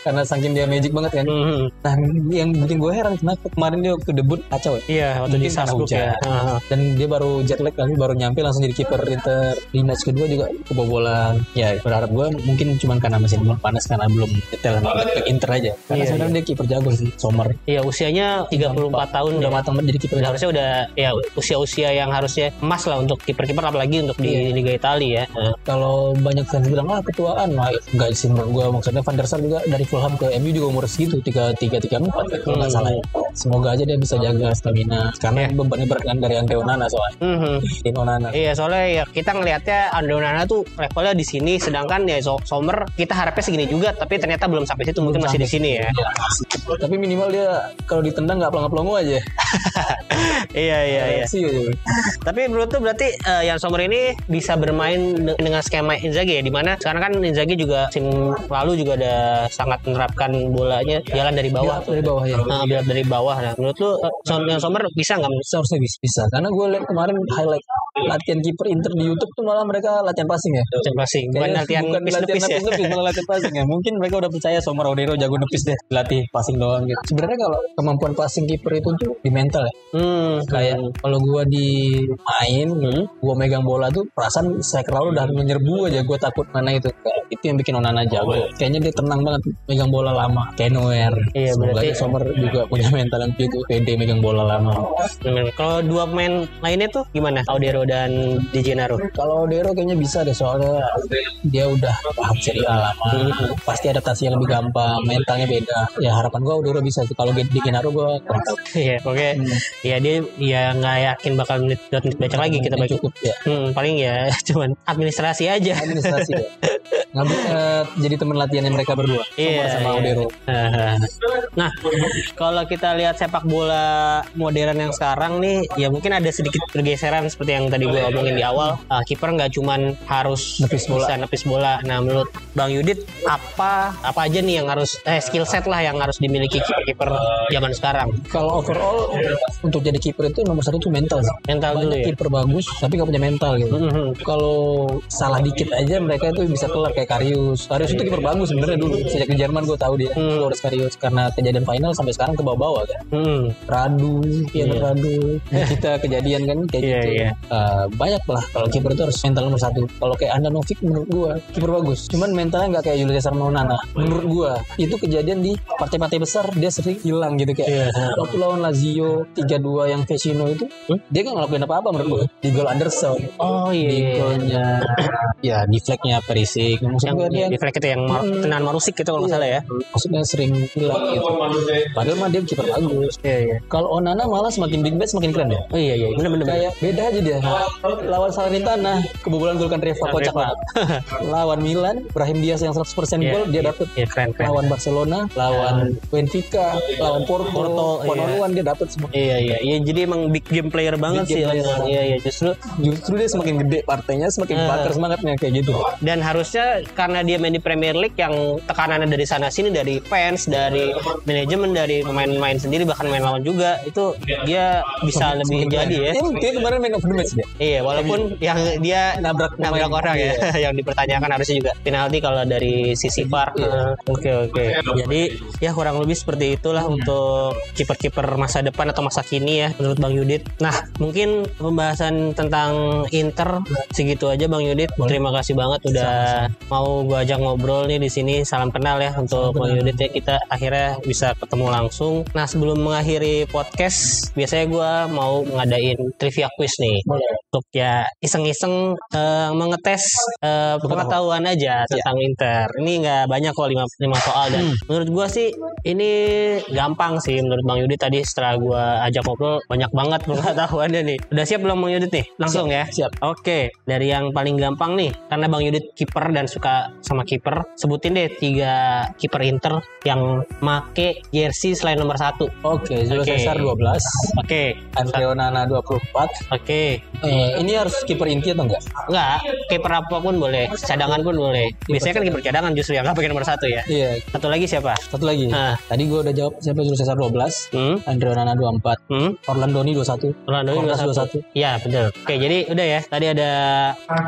Speaker 2: karena saking dia magic banget kan
Speaker 1: Mhm.
Speaker 2: nah yang bikin gue heran kenapa kemarin dia waktu debut kacau ya
Speaker 1: Iya, waktu di
Speaker 2: Mungkin karena
Speaker 1: Salzburg
Speaker 2: hujan.
Speaker 1: ya. Heeh.
Speaker 2: kan, dan dia baru jet lag kali baru nyampe langsung jadi kiper Inter di match kedua juga kebobolan ya ya berharap gue mungkin cuman karena masih belum panas karena belum detail sama back inter aja karena
Speaker 1: Iya,
Speaker 2: sebenarnya dia kiper jago sih Sommer
Speaker 1: Iya usianya 34 tahun
Speaker 2: udah
Speaker 1: udah
Speaker 2: matang banget jadi kiper
Speaker 1: Udah
Speaker 2: jago
Speaker 1: harusnya udah ya usia-usia yang harusnya emas lah untuk kiper-kiper apalagi untuk di
Speaker 2: Iya.
Speaker 1: Liga Italia ya.
Speaker 2: kalau banyak fans bilang ah ketuaan wah enggak sih menurut gue maksudnya Van der Sar juga dari Fulham ke MU juga umur segitu tiga tiga tiga empat kalau nggak
Speaker 1: Hmm. Iya.
Speaker 2: salah ya. semoga aja dia bisa jaga stamina karena bebannya berat kan dari Ante Onana soalnya
Speaker 1: Mhm.
Speaker 2: Ante Onana
Speaker 1: Iya soalnya ya kita ngelihatnya Andonana tuh levelnya di sini sedangkan ya So- Sommer kita harapnya segini juga tapi ternyata belum sampai situ mungkin masih di sini ya.
Speaker 2: Ya, tapi minimal dia kalau ditendang nggak pelongo-pelongo aja
Speaker 1: Iya iya iya.
Speaker 2: sih gitu.
Speaker 1: Tapi menurut tuh berarti eh, yang Sommer ini bisa bermain de- dengan skema Inzaghi ya dimana sekarang kan Inzaghi juga musim lalu juga ada sangat menerapkan bolanya jalan dari bawah tuh.
Speaker 2: dari bawah ya
Speaker 1: Nah, biar dari bawah. Nah, menurut lu eh, Son- yang Sommer bisa nggak?
Speaker 2: seharusnya bisa, bisa. karena gue lihat kemarin highlight latihan kiper Inter di YouTube tuh malah mereka latihan passing ya
Speaker 1: Latihan passing, bukan
Speaker 2: Kayaknya
Speaker 1: latihan
Speaker 2: bukan
Speaker 1: nepis-nepis ya.
Speaker 2: latihan nepis-nepis, malah latihan passing ya mungkin mereka udah percaya Sommer Odero jago nepis deh latih passing doang gitu sebenarnya kalau kemampuan passing kiper itu tuh di mental ya
Speaker 1: Hmm,
Speaker 2: kayak kalau gue di main gue megang bola tuh perasaan saya lalu udah
Speaker 1: Hmm.
Speaker 2: menyerbu aja gue takut mana itu Kayak itu yang bikin
Speaker 1: Oh,
Speaker 2: Onana jago kayaknya dia tenang banget megang bola lama kayak Neuer
Speaker 1: Iya,
Speaker 2: Semoga
Speaker 1: berarti-
Speaker 2: aja Sommer juga punya mental yang gitu pede megang bola lama
Speaker 1: bener. Kalau dua pemain lainnya tuh gimana? Audero dan Di Gennaro.
Speaker 2: Kalau Dero kayaknya bisa deh soalnya dia udah paham seri A lama,
Speaker 1: Hmm.
Speaker 2: pasti adaptasinya lebih gampang, mentalnya beda. Ya harapan gua Dero bisa sih. Kalau di Genaro gua kurang tahu.
Speaker 1: Iya, oke. Ya dia ya nggak yakin bakal menit dua menit banyak lagi kita
Speaker 2: Yang
Speaker 1: bagi.
Speaker 2: cukup ya
Speaker 1: Hmm, paling ya cuman administrasi aja.
Speaker 2: administrasi ya. Ngambil eh, jadi teman latihannya mereka berdua. Sommer
Speaker 1: Iya,
Speaker 2: sama
Speaker 1: iya.
Speaker 2: Odero.
Speaker 1: Nah, kalau kita lihat sepak bola modern yang sekarang nih, ya mungkin ada sedikit pergeseran seperti yang tadi gue omongin di awal. Ah, kiper nggak cuman harus
Speaker 2: Nepis bola.
Speaker 1: bisa iya, nepis bola. Nah, menurut Bang Yudit, apa apa aja nih yang harus eh skill set lah yang harus dimiliki kiper-kiper zaman sekarang?
Speaker 2: Kalau overall untuk jadi kiper itu nomor satu tuh mental sih.
Speaker 1: Mental dulu ya.
Speaker 2: Banyak kiper bagus tapi gak punya mental gitu.
Speaker 1: Mhm.
Speaker 2: kalau salah dikit aja mereka itu bisa kelar kayak Karius. Karius itu kiper bagus sebenarnya dulu. Sejak di Jerman gue tahu dia
Speaker 1: Hmm.
Speaker 2: Loris Karius karena kejadian final sampai sekarang ke bawah-bawah kan.
Speaker 1: Mhm.
Speaker 2: Radu, ya Radu. Kita kejadian kan kayak
Speaker 1: Iya,
Speaker 2: gitu.
Speaker 1: iya.
Speaker 2: Eh, banyak lah kalau kiper itu harus mental nomor satu. Kalau kayak Anda Novik menurut gue kiper bagus. Cuman mentalnya nggak kayak Julius Sarmonana. Menurut gue itu kejadian di partai-partai besar dia sering hilang gitu kayak
Speaker 1: Iya.
Speaker 2: waktu lawan Lazio 3-2 yang Vecino itu dia nggak ngelakuin apa-apa menurut gue di gol Anderson
Speaker 1: Oh
Speaker 2: di
Speaker 1: iya.
Speaker 2: golnya ya di flagnya Perisik maksud
Speaker 1: Yang
Speaker 2: gue dia
Speaker 1: di flag itu yang mar
Speaker 2: Mhm.
Speaker 1: tendangan marusik gitu kalau nggak salah ya.
Speaker 2: maksudnya sering hilang gitu padahal mah dia kiper bagus
Speaker 1: Iya iya.
Speaker 2: kalau Onana malah semakin big match semakin keren ya
Speaker 1: Oh iya iya. Bener bener. bener.
Speaker 2: kayak beda aja dia lawan Salernitana kebobolan golkan Reva
Speaker 1: Reva.
Speaker 2: kocak banget lawan Milan Brahim Diaz yang 100%
Speaker 1: Iya,
Speaker 2: gol dia
Speaker 1: iya,
Speaker 2: dapet
Speaker 1: Iya keren keren.
Speaker 2: lawan Barcelona lawan Benfica lawan Porto,
Speaker 1: Porto, iya.
Speaker 2: Ponoruan dia dapet semua
Speaker 1: Iya iya, iya jadi emang big game player banget
Speaker 2: Big
Speaker 1: sih.
Speaker 2: game player.
Speaker 1: Iya, Iya iya justru
Speaker 2: justru dia semakin gede partainya semakin
Speaker 1: Ah.
Speaker 2: bakar semangatnya kayak gitu
Speaker 1: dan harusnya karena dia main di Premier League yang tekanannya dari sana sini dari fans, dari manajemen, dari pemain-pemain sendiri bahkan main lawan juga itu dia bisa lebih jadi ya.
Speaker 2: Ini dia kemarin main of the match dia
Speaker 1: Iya walaupun yang dia
Speaker 2: nabrak
Speaker 1: nabrak
Speaker 2: pemain.
Speaker 1: orang ya
Speaker 2: Iya.
Speaker 1: yang dipertanyakan harusnya juga penalti kalau dari sisi VAR. Hmm,
Speaker 2: Iya.
Speaker 1: Oke oke. Jadi ya kurang lebih seperti itulah untuk kiper-kiper masa depan atau masa kini ya menurut Bang Yudit. Nah, mungkin pembahasan tentang Inter segitu aja Bang Yudit.
Speaker 2: Boleh.
Speaker 1: Terima kasih banget udah mau gua ajak ngobrol nih di sini. Salam kenal ya untuk Bang Yudit ya kita akhirnya bisa ketemu langsung. Nah, sebelum mengakhiri podcast, biasanya gua mau ngadain trivia quiz nih
Speaker 2: Boleh.
Speaker 1: untuk ya iseng-iseng eh, mengetes Iya. eh, pengetahuan aja tentang Inter. Ini nggak banyak kok 5, soal dan menurut gua sih ini gampang sih menurut Bang Yudi tadi setelah gua ajak ngobrol banyak banget pengetahuannya nih. Udah siap belum Bang Yudit nih? Langsung ya.
Speaker 2: siap
Speaker 1: Oke, dari yang paling gampang nih, karena Bang Yudit kiper dan suka sama kiper, sebutin deh tiga kiper Inter yang make jersey selain nomor satu.
Speaker 2: Oke, Julio
Speaker 1: Oke.
Speaker 2: Cesar 12,
Speaker 1: Oke,
Speaker 2: Andre Onana 24.
Speaker 1: oke,
Speaker 2: Eh, ini harus kiper inti atau enggak?
Speaker 1: Enggak, kiper apa pun boleh, cadangan pun boleh. Biasanya kan kiper cadangan justru yang nggak pakai nomor satu ya.
Speaker 2: Iya,
Speaker 1: Satu lagi siapa?
Speaker 2: satu lagi.
Speaker 1: Nah,
Speaker 2: Tadi gue udah jawab siapa Julio Cesar 12,
Speaker 1: hmm,
Speaker 2: Andre Onana 24,
Speaker 1: hmm,
Speaker 2: Orlandoni 21,
Speaker 1: Ronaldo
Speaker 2: Kornas
Speaker 1: 21.
Speaker 2: 21.
Speaker 1: Iya, betul. Oke, jadi udah ya. Tadi ada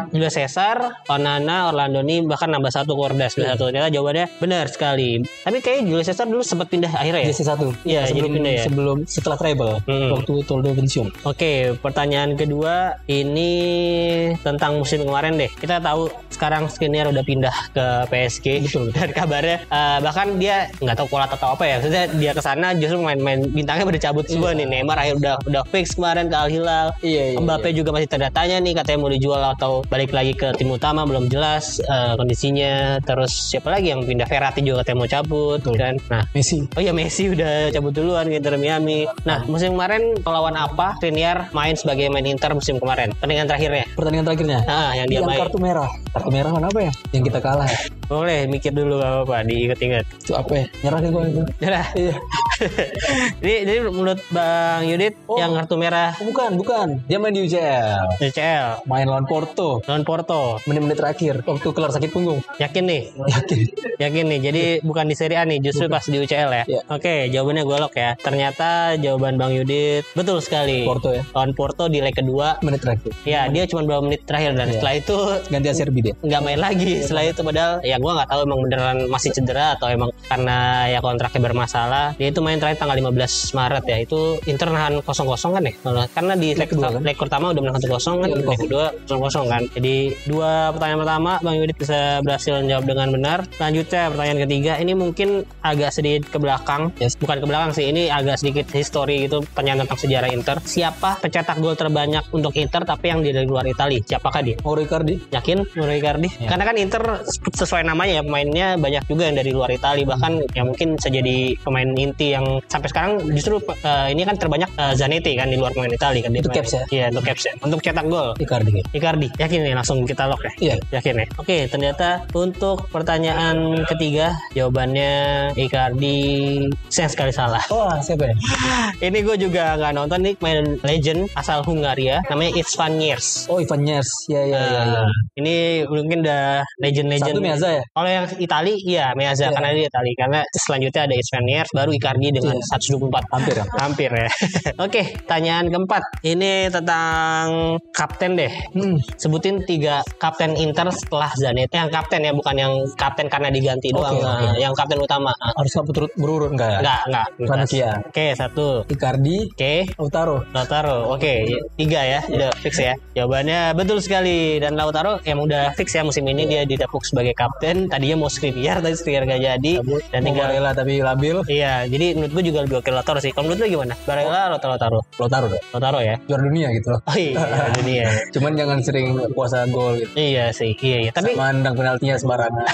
Speaker 1: Julio Cesar, Onana, Orlandoni, ini bahkan nambah satu Kordas nambah satu ternyata jawabannya benar sekali tapi kayaknya Julius Caesar dulu sempat pindah akhirnya ya
Speaker 2: Jersey satu.
Speaker 1: Iya, jadi
Speaker 2: sebelum,
Speaker 1: pindah ya.
Speaker 2: sebelum setelah treble
Speaker 1: Hmm.
Speaker 2: waktu Toldo pensiun.
Speaker 1: Oke, pertanyaan kedua ini tentang musim kemarin deh. Kita tahu sekarang Skriniar udah pindah ke PSG.
Speaker 2: Betul.
Speaker 1: gitu Dan kabarnya eh, bahkan dia nggak tahu kolat atau apa ya. Maksudnya dia ke sana justru main-main bintangnya pada cabut semua nih. Neymar akhir udah udah fix kemarin ke Al Hilal.
Speaker 2: Iya, iya.
Speaker 1: Mbappe juga masih tanda tanya nih katanya mau dijual atau balik lagi ke tim utama belum jelas eh, kondisinya. Terus siapa lagi yang pindah Ferrati juga katanya mau cabut
Speaker 2: Betul.
Speaker 1: kan. Nah,
Speaker 2: Messi.
Speaker 1: Oh iya Messi udah cabut duluan ke Inter Miami. Nah musim kemarin melawan apa? Rinier main sebagai main Inter musim kemarin. Pertandingan terakhirnya.
Speaker 2: Pertandingan terakhirnya.
Speaker 1: Ah yang dia
Speaker 2: yang
Speaker 1: main.
Speaker 2: Iya, kartu merah. Kartu merah mana apa ya? Yang kita kalah.
Speaker 1: Boleh mikir dulu gak apa-apa diinget-inget.
Speaker 2: Itu apa ya? Nyerah deh gua itu.
Speaker 1: Nah,
Speaker 2: Iya.
Speaker 1: jadi, jadi menurut Bang Yudit
Speaker 2: Oh.
Speaker 1: yang kartu merah
Speaker 2: Oh, bukan, bukan. Dia main di UCL.
Speaker 1: UCL
Speaker 2: Main lawan Porto.
Speaker 1: lawan Porto.
Speaker 2: Menit-menit terakhir waktu kelar sakit punggung.
Speaker 1: Yakin nih?
Speaker 2: Yakin.
Speaker 1: Yakin nih, jadi bukan di Serie A nih, justru pas di UCL ya.
Speaker 2: Iya.
Speaker 1: Oke, jawabannya golok ya. Ternyata jawaban Bang Yudit betul sekali.
Speaker 2: Porto ya.
Speaker 1: Lawan Porto di leg kedua.
Speaker 2: Menit terakhir.
Speaker 1: Ya, dia cuma beberapa menit terakhir dan
Speaker 2: Iya.
Speaker 1: setelah itu
Speaker 2: Ganti Acerbi deh.
Speaker 1: nggak main lagi setelah itu padahal ya gua nggak tahu emang beneran masih cedera atau emang karena ya kontraknya bermasalah dia itu main terakhir tanggal 15 Maret ya itu Inter nahan 0-0 kan ya Kalau- karena di leg,
Speaker 2: kedua, kan?
Speaker 1: leg pertama udah menang 1-0 kan leg kedua 0-0 kan jadi dua pertanyaan pertama Bang Yudit bisa berhasil menjawab dengan benar lanjutnya pertanyaan ketiga ini mungkin agak sedikit ke belakang Ya,
Speaker 2: Yes.
Speaker 1: bukan ke belakang sih ini agak sedikit history gitu pertanyaan tentang sejarah Inter siapa pencetak gol terbanyak untuk Inter tapi yang dari luar Italia siapakah dia
Speaker 2: Oh, Ricardi.
Speaker 1: yakin Mauro Icardi
Speaker 2: Ya.
Speaker 1: karena kan Inter sesuai namanya ya pemainnya banyak juga yang dari luar Itali bahkan ya mungkin bisa jadi pemain inti yang sampai sekarang justru eh, ini kan terbanyak eh, Zanetti kan di luar pemain Itali kan
Speaker 2: Untuk
Speaker 1: pemain-
Speaker 2: caps ya?
Speaker 1: iya untuk caps ya untuk cetak gol
Speaker 2: Ricardi.
Speaker 1: Icardi yakin nih langsung kita lock ya
Speaker 2: Iya.
Speaker 1: yakin ya oke ternyata untuk pertanyaan ketiga jawabannya Icardi sayang sekali salah
Speaker 2: Wah, siapa ya?
Speaker 1: ini gue juga nggak nonton nih main legend asal Hungaria namanya Ivan Yers
Speaker 2: Oh, Ivan Nyers. Iya, iya, iya. iya.
Speaker 1: Eh, ini mungkin udah legend-legend
Speaker 2: Satu Miaza ya?
Speaker 1: Kalau yang Itali, iya Meazza
Speaker 2: Iya.
Speaker 1: karena dia Itali. Karena selanjutnya ada Ispaniers, baru Icardi dengan
Speaker 2: Iya.
Speaker 1: 124
Speaker 2: Hampir ya?
Speaker 1: hampir ya. Oke, tanyaan keempat. Ini tentang kapten deh.
Speaker 2: Hmm.
Speaker 1: Sebutin tiga kapten Inter setelah Zanetti. Yang kapten ya, bukan yang kapten karena diganti
Speaker 2: Oke,
Speaker 1: doang.
Speaker 2: oke.
Speaker 1: Nah, Yang kapten utama. Ah,
Speaker 2: Harus nggak berturut berurut nggak ya?
Speaker 1: Enggak, enggak.
Speaker 2: Ranocchia.
Speaker 1: Oke, satu.
Speaker 2: Icardi,
Speaker 1: Oke.
Speaker 2: Lautaro.
Speaker 1: Lautaro, oke, tiga ya, udah fix ya. Jawabannya betul sekali. Dan Lautaro yang udah fix ya musim ini dia didapuk sebagai kapten. Tadinya mau Skriniar, tapi Skriniar gak jadi. Dan
Speaker 2: Mau
Speaker 1: tinggal
Speaker 2: Barella tapi labil.
Speaker 1: Iya, jadi menurut gue juga lebih oke Lautaro sih. Kalau menurut lo gimana? Barella atau Lautaro?
Speaker 2: Lautaro deh.
Speaker 1: Lautaro ya?
Speaker 2: Juara dunia gitu loh.
Speaker 1: Oh iya, jadi ya.
Speaker 2: Cuman jangan sering puasa gol gitu.
Speaker 1: Iya sih, iya, iya. Tapi
Speaker 2: Mandang penaltinya sembarangan.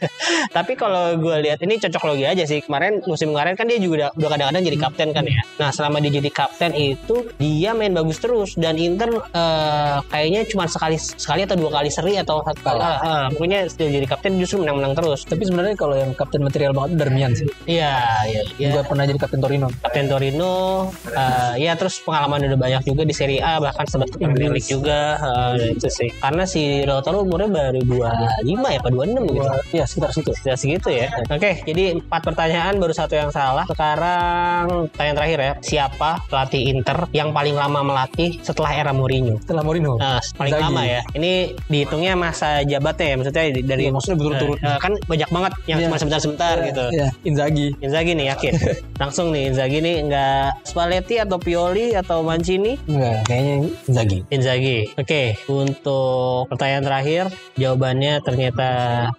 Speaker 1: tapi kalau gue lihat ini cocok logi aja sih. Kemarin musim kemarin kan dia juga udah, udah kadang-kadang jadi kapten kan ya. Nah selama dia jadi kapten itu dia main bagus terus dan Inter eh, kayaknya cuma sekali sekali atau dua kali seri atau satu kali.
Speaker 2: Kalah.
Speaker 1: Ah, ah, pokoknya setiap jadi kapten justru menang-menang terus.
Speaker 2: tapi sebenarnya kalau yang kapten material banget itu Darmian sih.
Speaker 1: Iya, iya, iya.
Speaker 2: Juga pernah jadi kapten Torino.
Speaker 1: Kapten Torino, eh, ya terus pengalaman udah banyak juga di Serie A bahkan sempat ke Premier League juga eh, itu sih. Karena si Lautaro umurnya baru 25 ya, apa 26 gitu.
Speaker 2: Iya, sekitar situ.
Speaker 1: Ya segitu ya. Oke, jadi empat pertanyaan baru satu yang salah. Sekarang pertanyaan terakhir ya, siapa pelatih Inter yang paling lama melatih setelah era Mourinho?
Speaker 2: Setelah Mourinho.
Speaker 1: Nah, paling
Speaker 2: Inzaghi.
Speaker 1: lama ya. Ini dihitungnya masa jabatnya ya, maksudnya di- dari
Speaker 2: Iya, maksudnya berturut-turut.
Speaker 1: Eh, eh, kan banyak banget yang
Speaker 2: Iya.
Speaker 1: cuma sebentar-sebentar gitu.
Speaker 2: Iya, Inzaghi.
Speaker 1: Inzaghi nih yakin. Langsung nih Inzaghi nih nggak Spalletti atau Pioli atau Mancini?
Speaker 2: Enggak, Iya, kayaknya Inzaghi.
Speaker 1: Inzaghi. Oke, untuk pertanyaan terakhir, jawabannya ternyata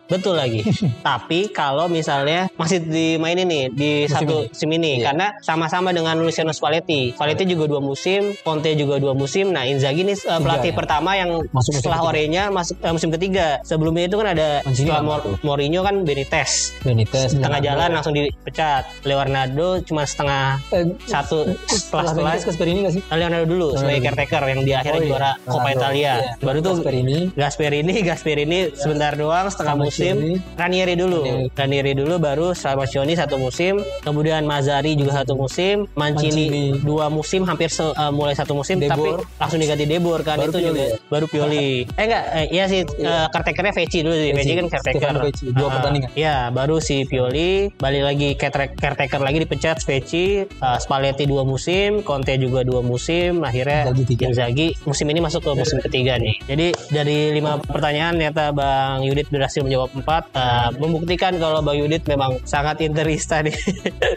Speaker 1: betul lagi. Tapi kalau misalnya masih dimainin nih di
Speaker 2: Musim
Speaker 1: satu
Speaker 2: ini.
Speaker 1: musim ini
Speaker 2: Iya.
Speaker 1: karena sama-sama dengan Luciano Spalletti. Spalletti juga dua musim, Conte juga dua musim. Nah, Inzaghi ini eh, pelatih
Speaker 2: ya.
Speaker 1: pertama yang
Speaker 2: Masuk musim
Speaker 1: setelah
Speaker 2: ketiga.
Speaker 1: Orenya masuk eh, musim ketiga. Sebelumnya itu kan ada
Speaker 2: Mancini
Speaker 1: setelah
Speaker 2: lama
Speaker 1: Mor-
Speaker 2: tuh.
Speaker 1: Mourinho kan Benitez.
Speaker 2: Benitez. Eh,
Speaker 1: Setengah
Speaker 2: Leonardo.
Speaker 1: jalan langsung dipecat. Leonardo cuma setengah
Speaker 2: Eh,
Speaker 1: satu
Speaker 2: setelah
Speaker 1: setelah
Speaker 2: Benitez ke Gasperini nggak sih?
Speaker 1: Nah, Leonardo dulu
Speaker 2: Leonardo
Speaker 1: sebagai
Speaker 2: dulu.
Speaker 1: caretaker yang di akhirnya
Speaker 2: Oh, iya.
Speaker 1: juara Coppa
Speaker 2: Leonardo.
Speaker 1: Italia.
Speaker 2: Iya.
Speaker 1: Baru tuh
Speaker 2: Gasperini.
Speaker 1: Gasperini, Gasperini sebentar doang setengah
Speaker 2: Sama
Speaker 1: musim.
Speaker 2: Cioni.
Speaker 1: Ranieri dulu,
Speaker 2: Ranieri.
Speaker 1: Ranieri dulu baru sama Cioni satu musim, kemudian Mazzari juga satu musim, Mancini,
Speaker 2: Mancini.
Speaker 1: dua musim hampir se- eh, mulai satu musim
Speaker 2: Debor.
Speaker 1: tapi langsung diganti Debor kan
Speaker 2: Baru
Speaker 1: itu
Speaker 2: Pioli
Speaker 1: juga
Speaker 2: ya?
Speaker 1: baru Pioli. eh enggak, eh, iya sih eh, caretakernya Vecchi dulu sih,
Speaker 2: Vecchi.
Speaker 1: Vecchi kan caretaker.
Speaker 2: Stefano Vecchi, dua
Speaker 1: Ah,
Speaker 2: pertandingan.
Speaker 1: Iya, baru si Pioli balik lagi care- caretaker lagi lagi dipecat Speci, eh, Spalletti dua musim, Conte juga dua musim, akhirnya
Speaker 2: Inzaghi tiga.
Speaker 1: Inzaghi musim ini masuk ke musim ketiga nih. Jadi dari lima pertanyaan ternyata Bang Yudit berhasil menjawab empat, eh, membuktikan kalau Bang Yudit memang sangat interista nih.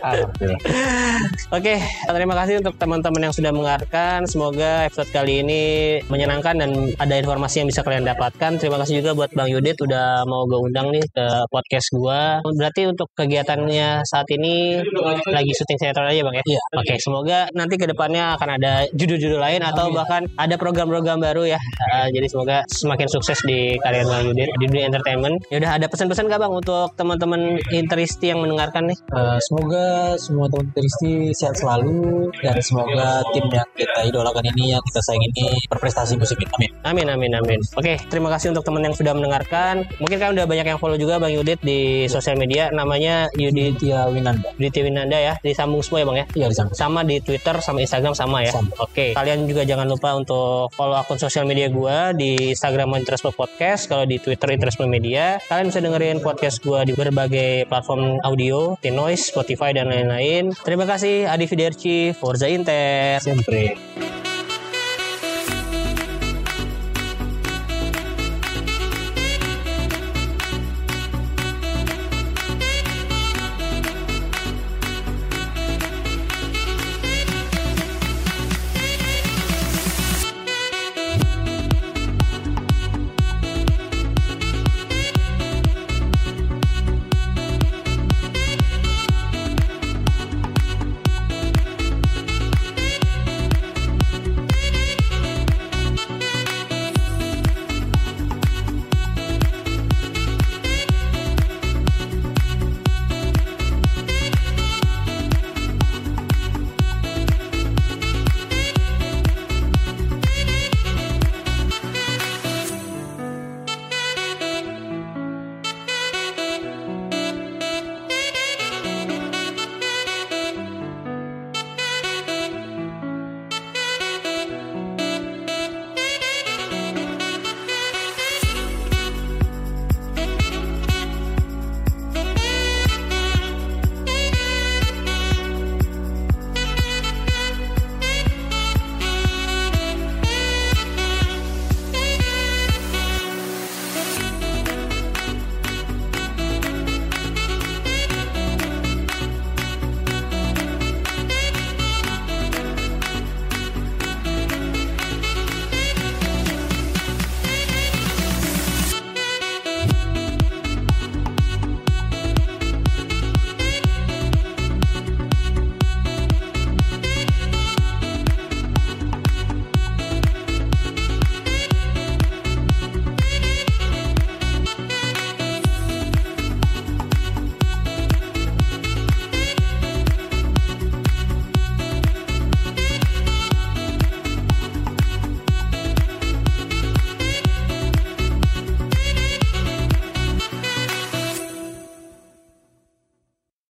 Speaker 2: Ah, Alhamdulillah.
Speaker 1: Oke, terima kasih untuk teman-teman yang sudah mendengarkan. Semoga episode kali ini menyenangkan dan ada informasi yang bisa kalian dapatkan. Terima kasih juga buat Bang Yudit udah mau gue undang nih ke podcast gua. Berarti untuk kegiatannya saat ini lagi syuting sinetron aja Bang ya.
Speaker 2: Iya.
Speaker 1: Oke, semoga nanti ke depannya akan ada judul-judul lain atau bahkan ada program-program baru ya. Eh, jadi semoga semakin sukses di kalian Bang Yudit di dunia entertainment. Ya udah ada pesan-pesan gak Bang untuk teman-teman interisti yang mendengarkan nih?
Speaker 2: Eh, semoga semua teman Kristi sehat selalu dan semoga tim yang kita idolakan ini yang kita sayang ini berprestasi musim ini. Amin.
Speaker 1: Amin amin amin. Oke, terima kasih untuk teman yang sudah mendengarkan. Mungkin kan udah banyak yang follow juga Bang Yudit di sosial media namanya Yudit
Speaker 2: Tia Winanda.
Speaker 1: Yudit Winanda ya. Disambung semua ya Bang ya.
Speaker 2: Iya di sana.
Speaker 1: Sama di Twitter sama Instagram sama ya.
Speaker 2: Sama.
Speaker 1: Oke, kalian juga jangan lupa untuk follow akun sosial media gua di Instagram Interisme Podcast, kalau di Twitter Interisme Media. Kalian bisa dengerin podcast gua di berbagai platform audio, The Noise, Spotify dan lain-lain. Terima kasih Adi Fiderci, Forza Inter.
Speaker 2: Sempre.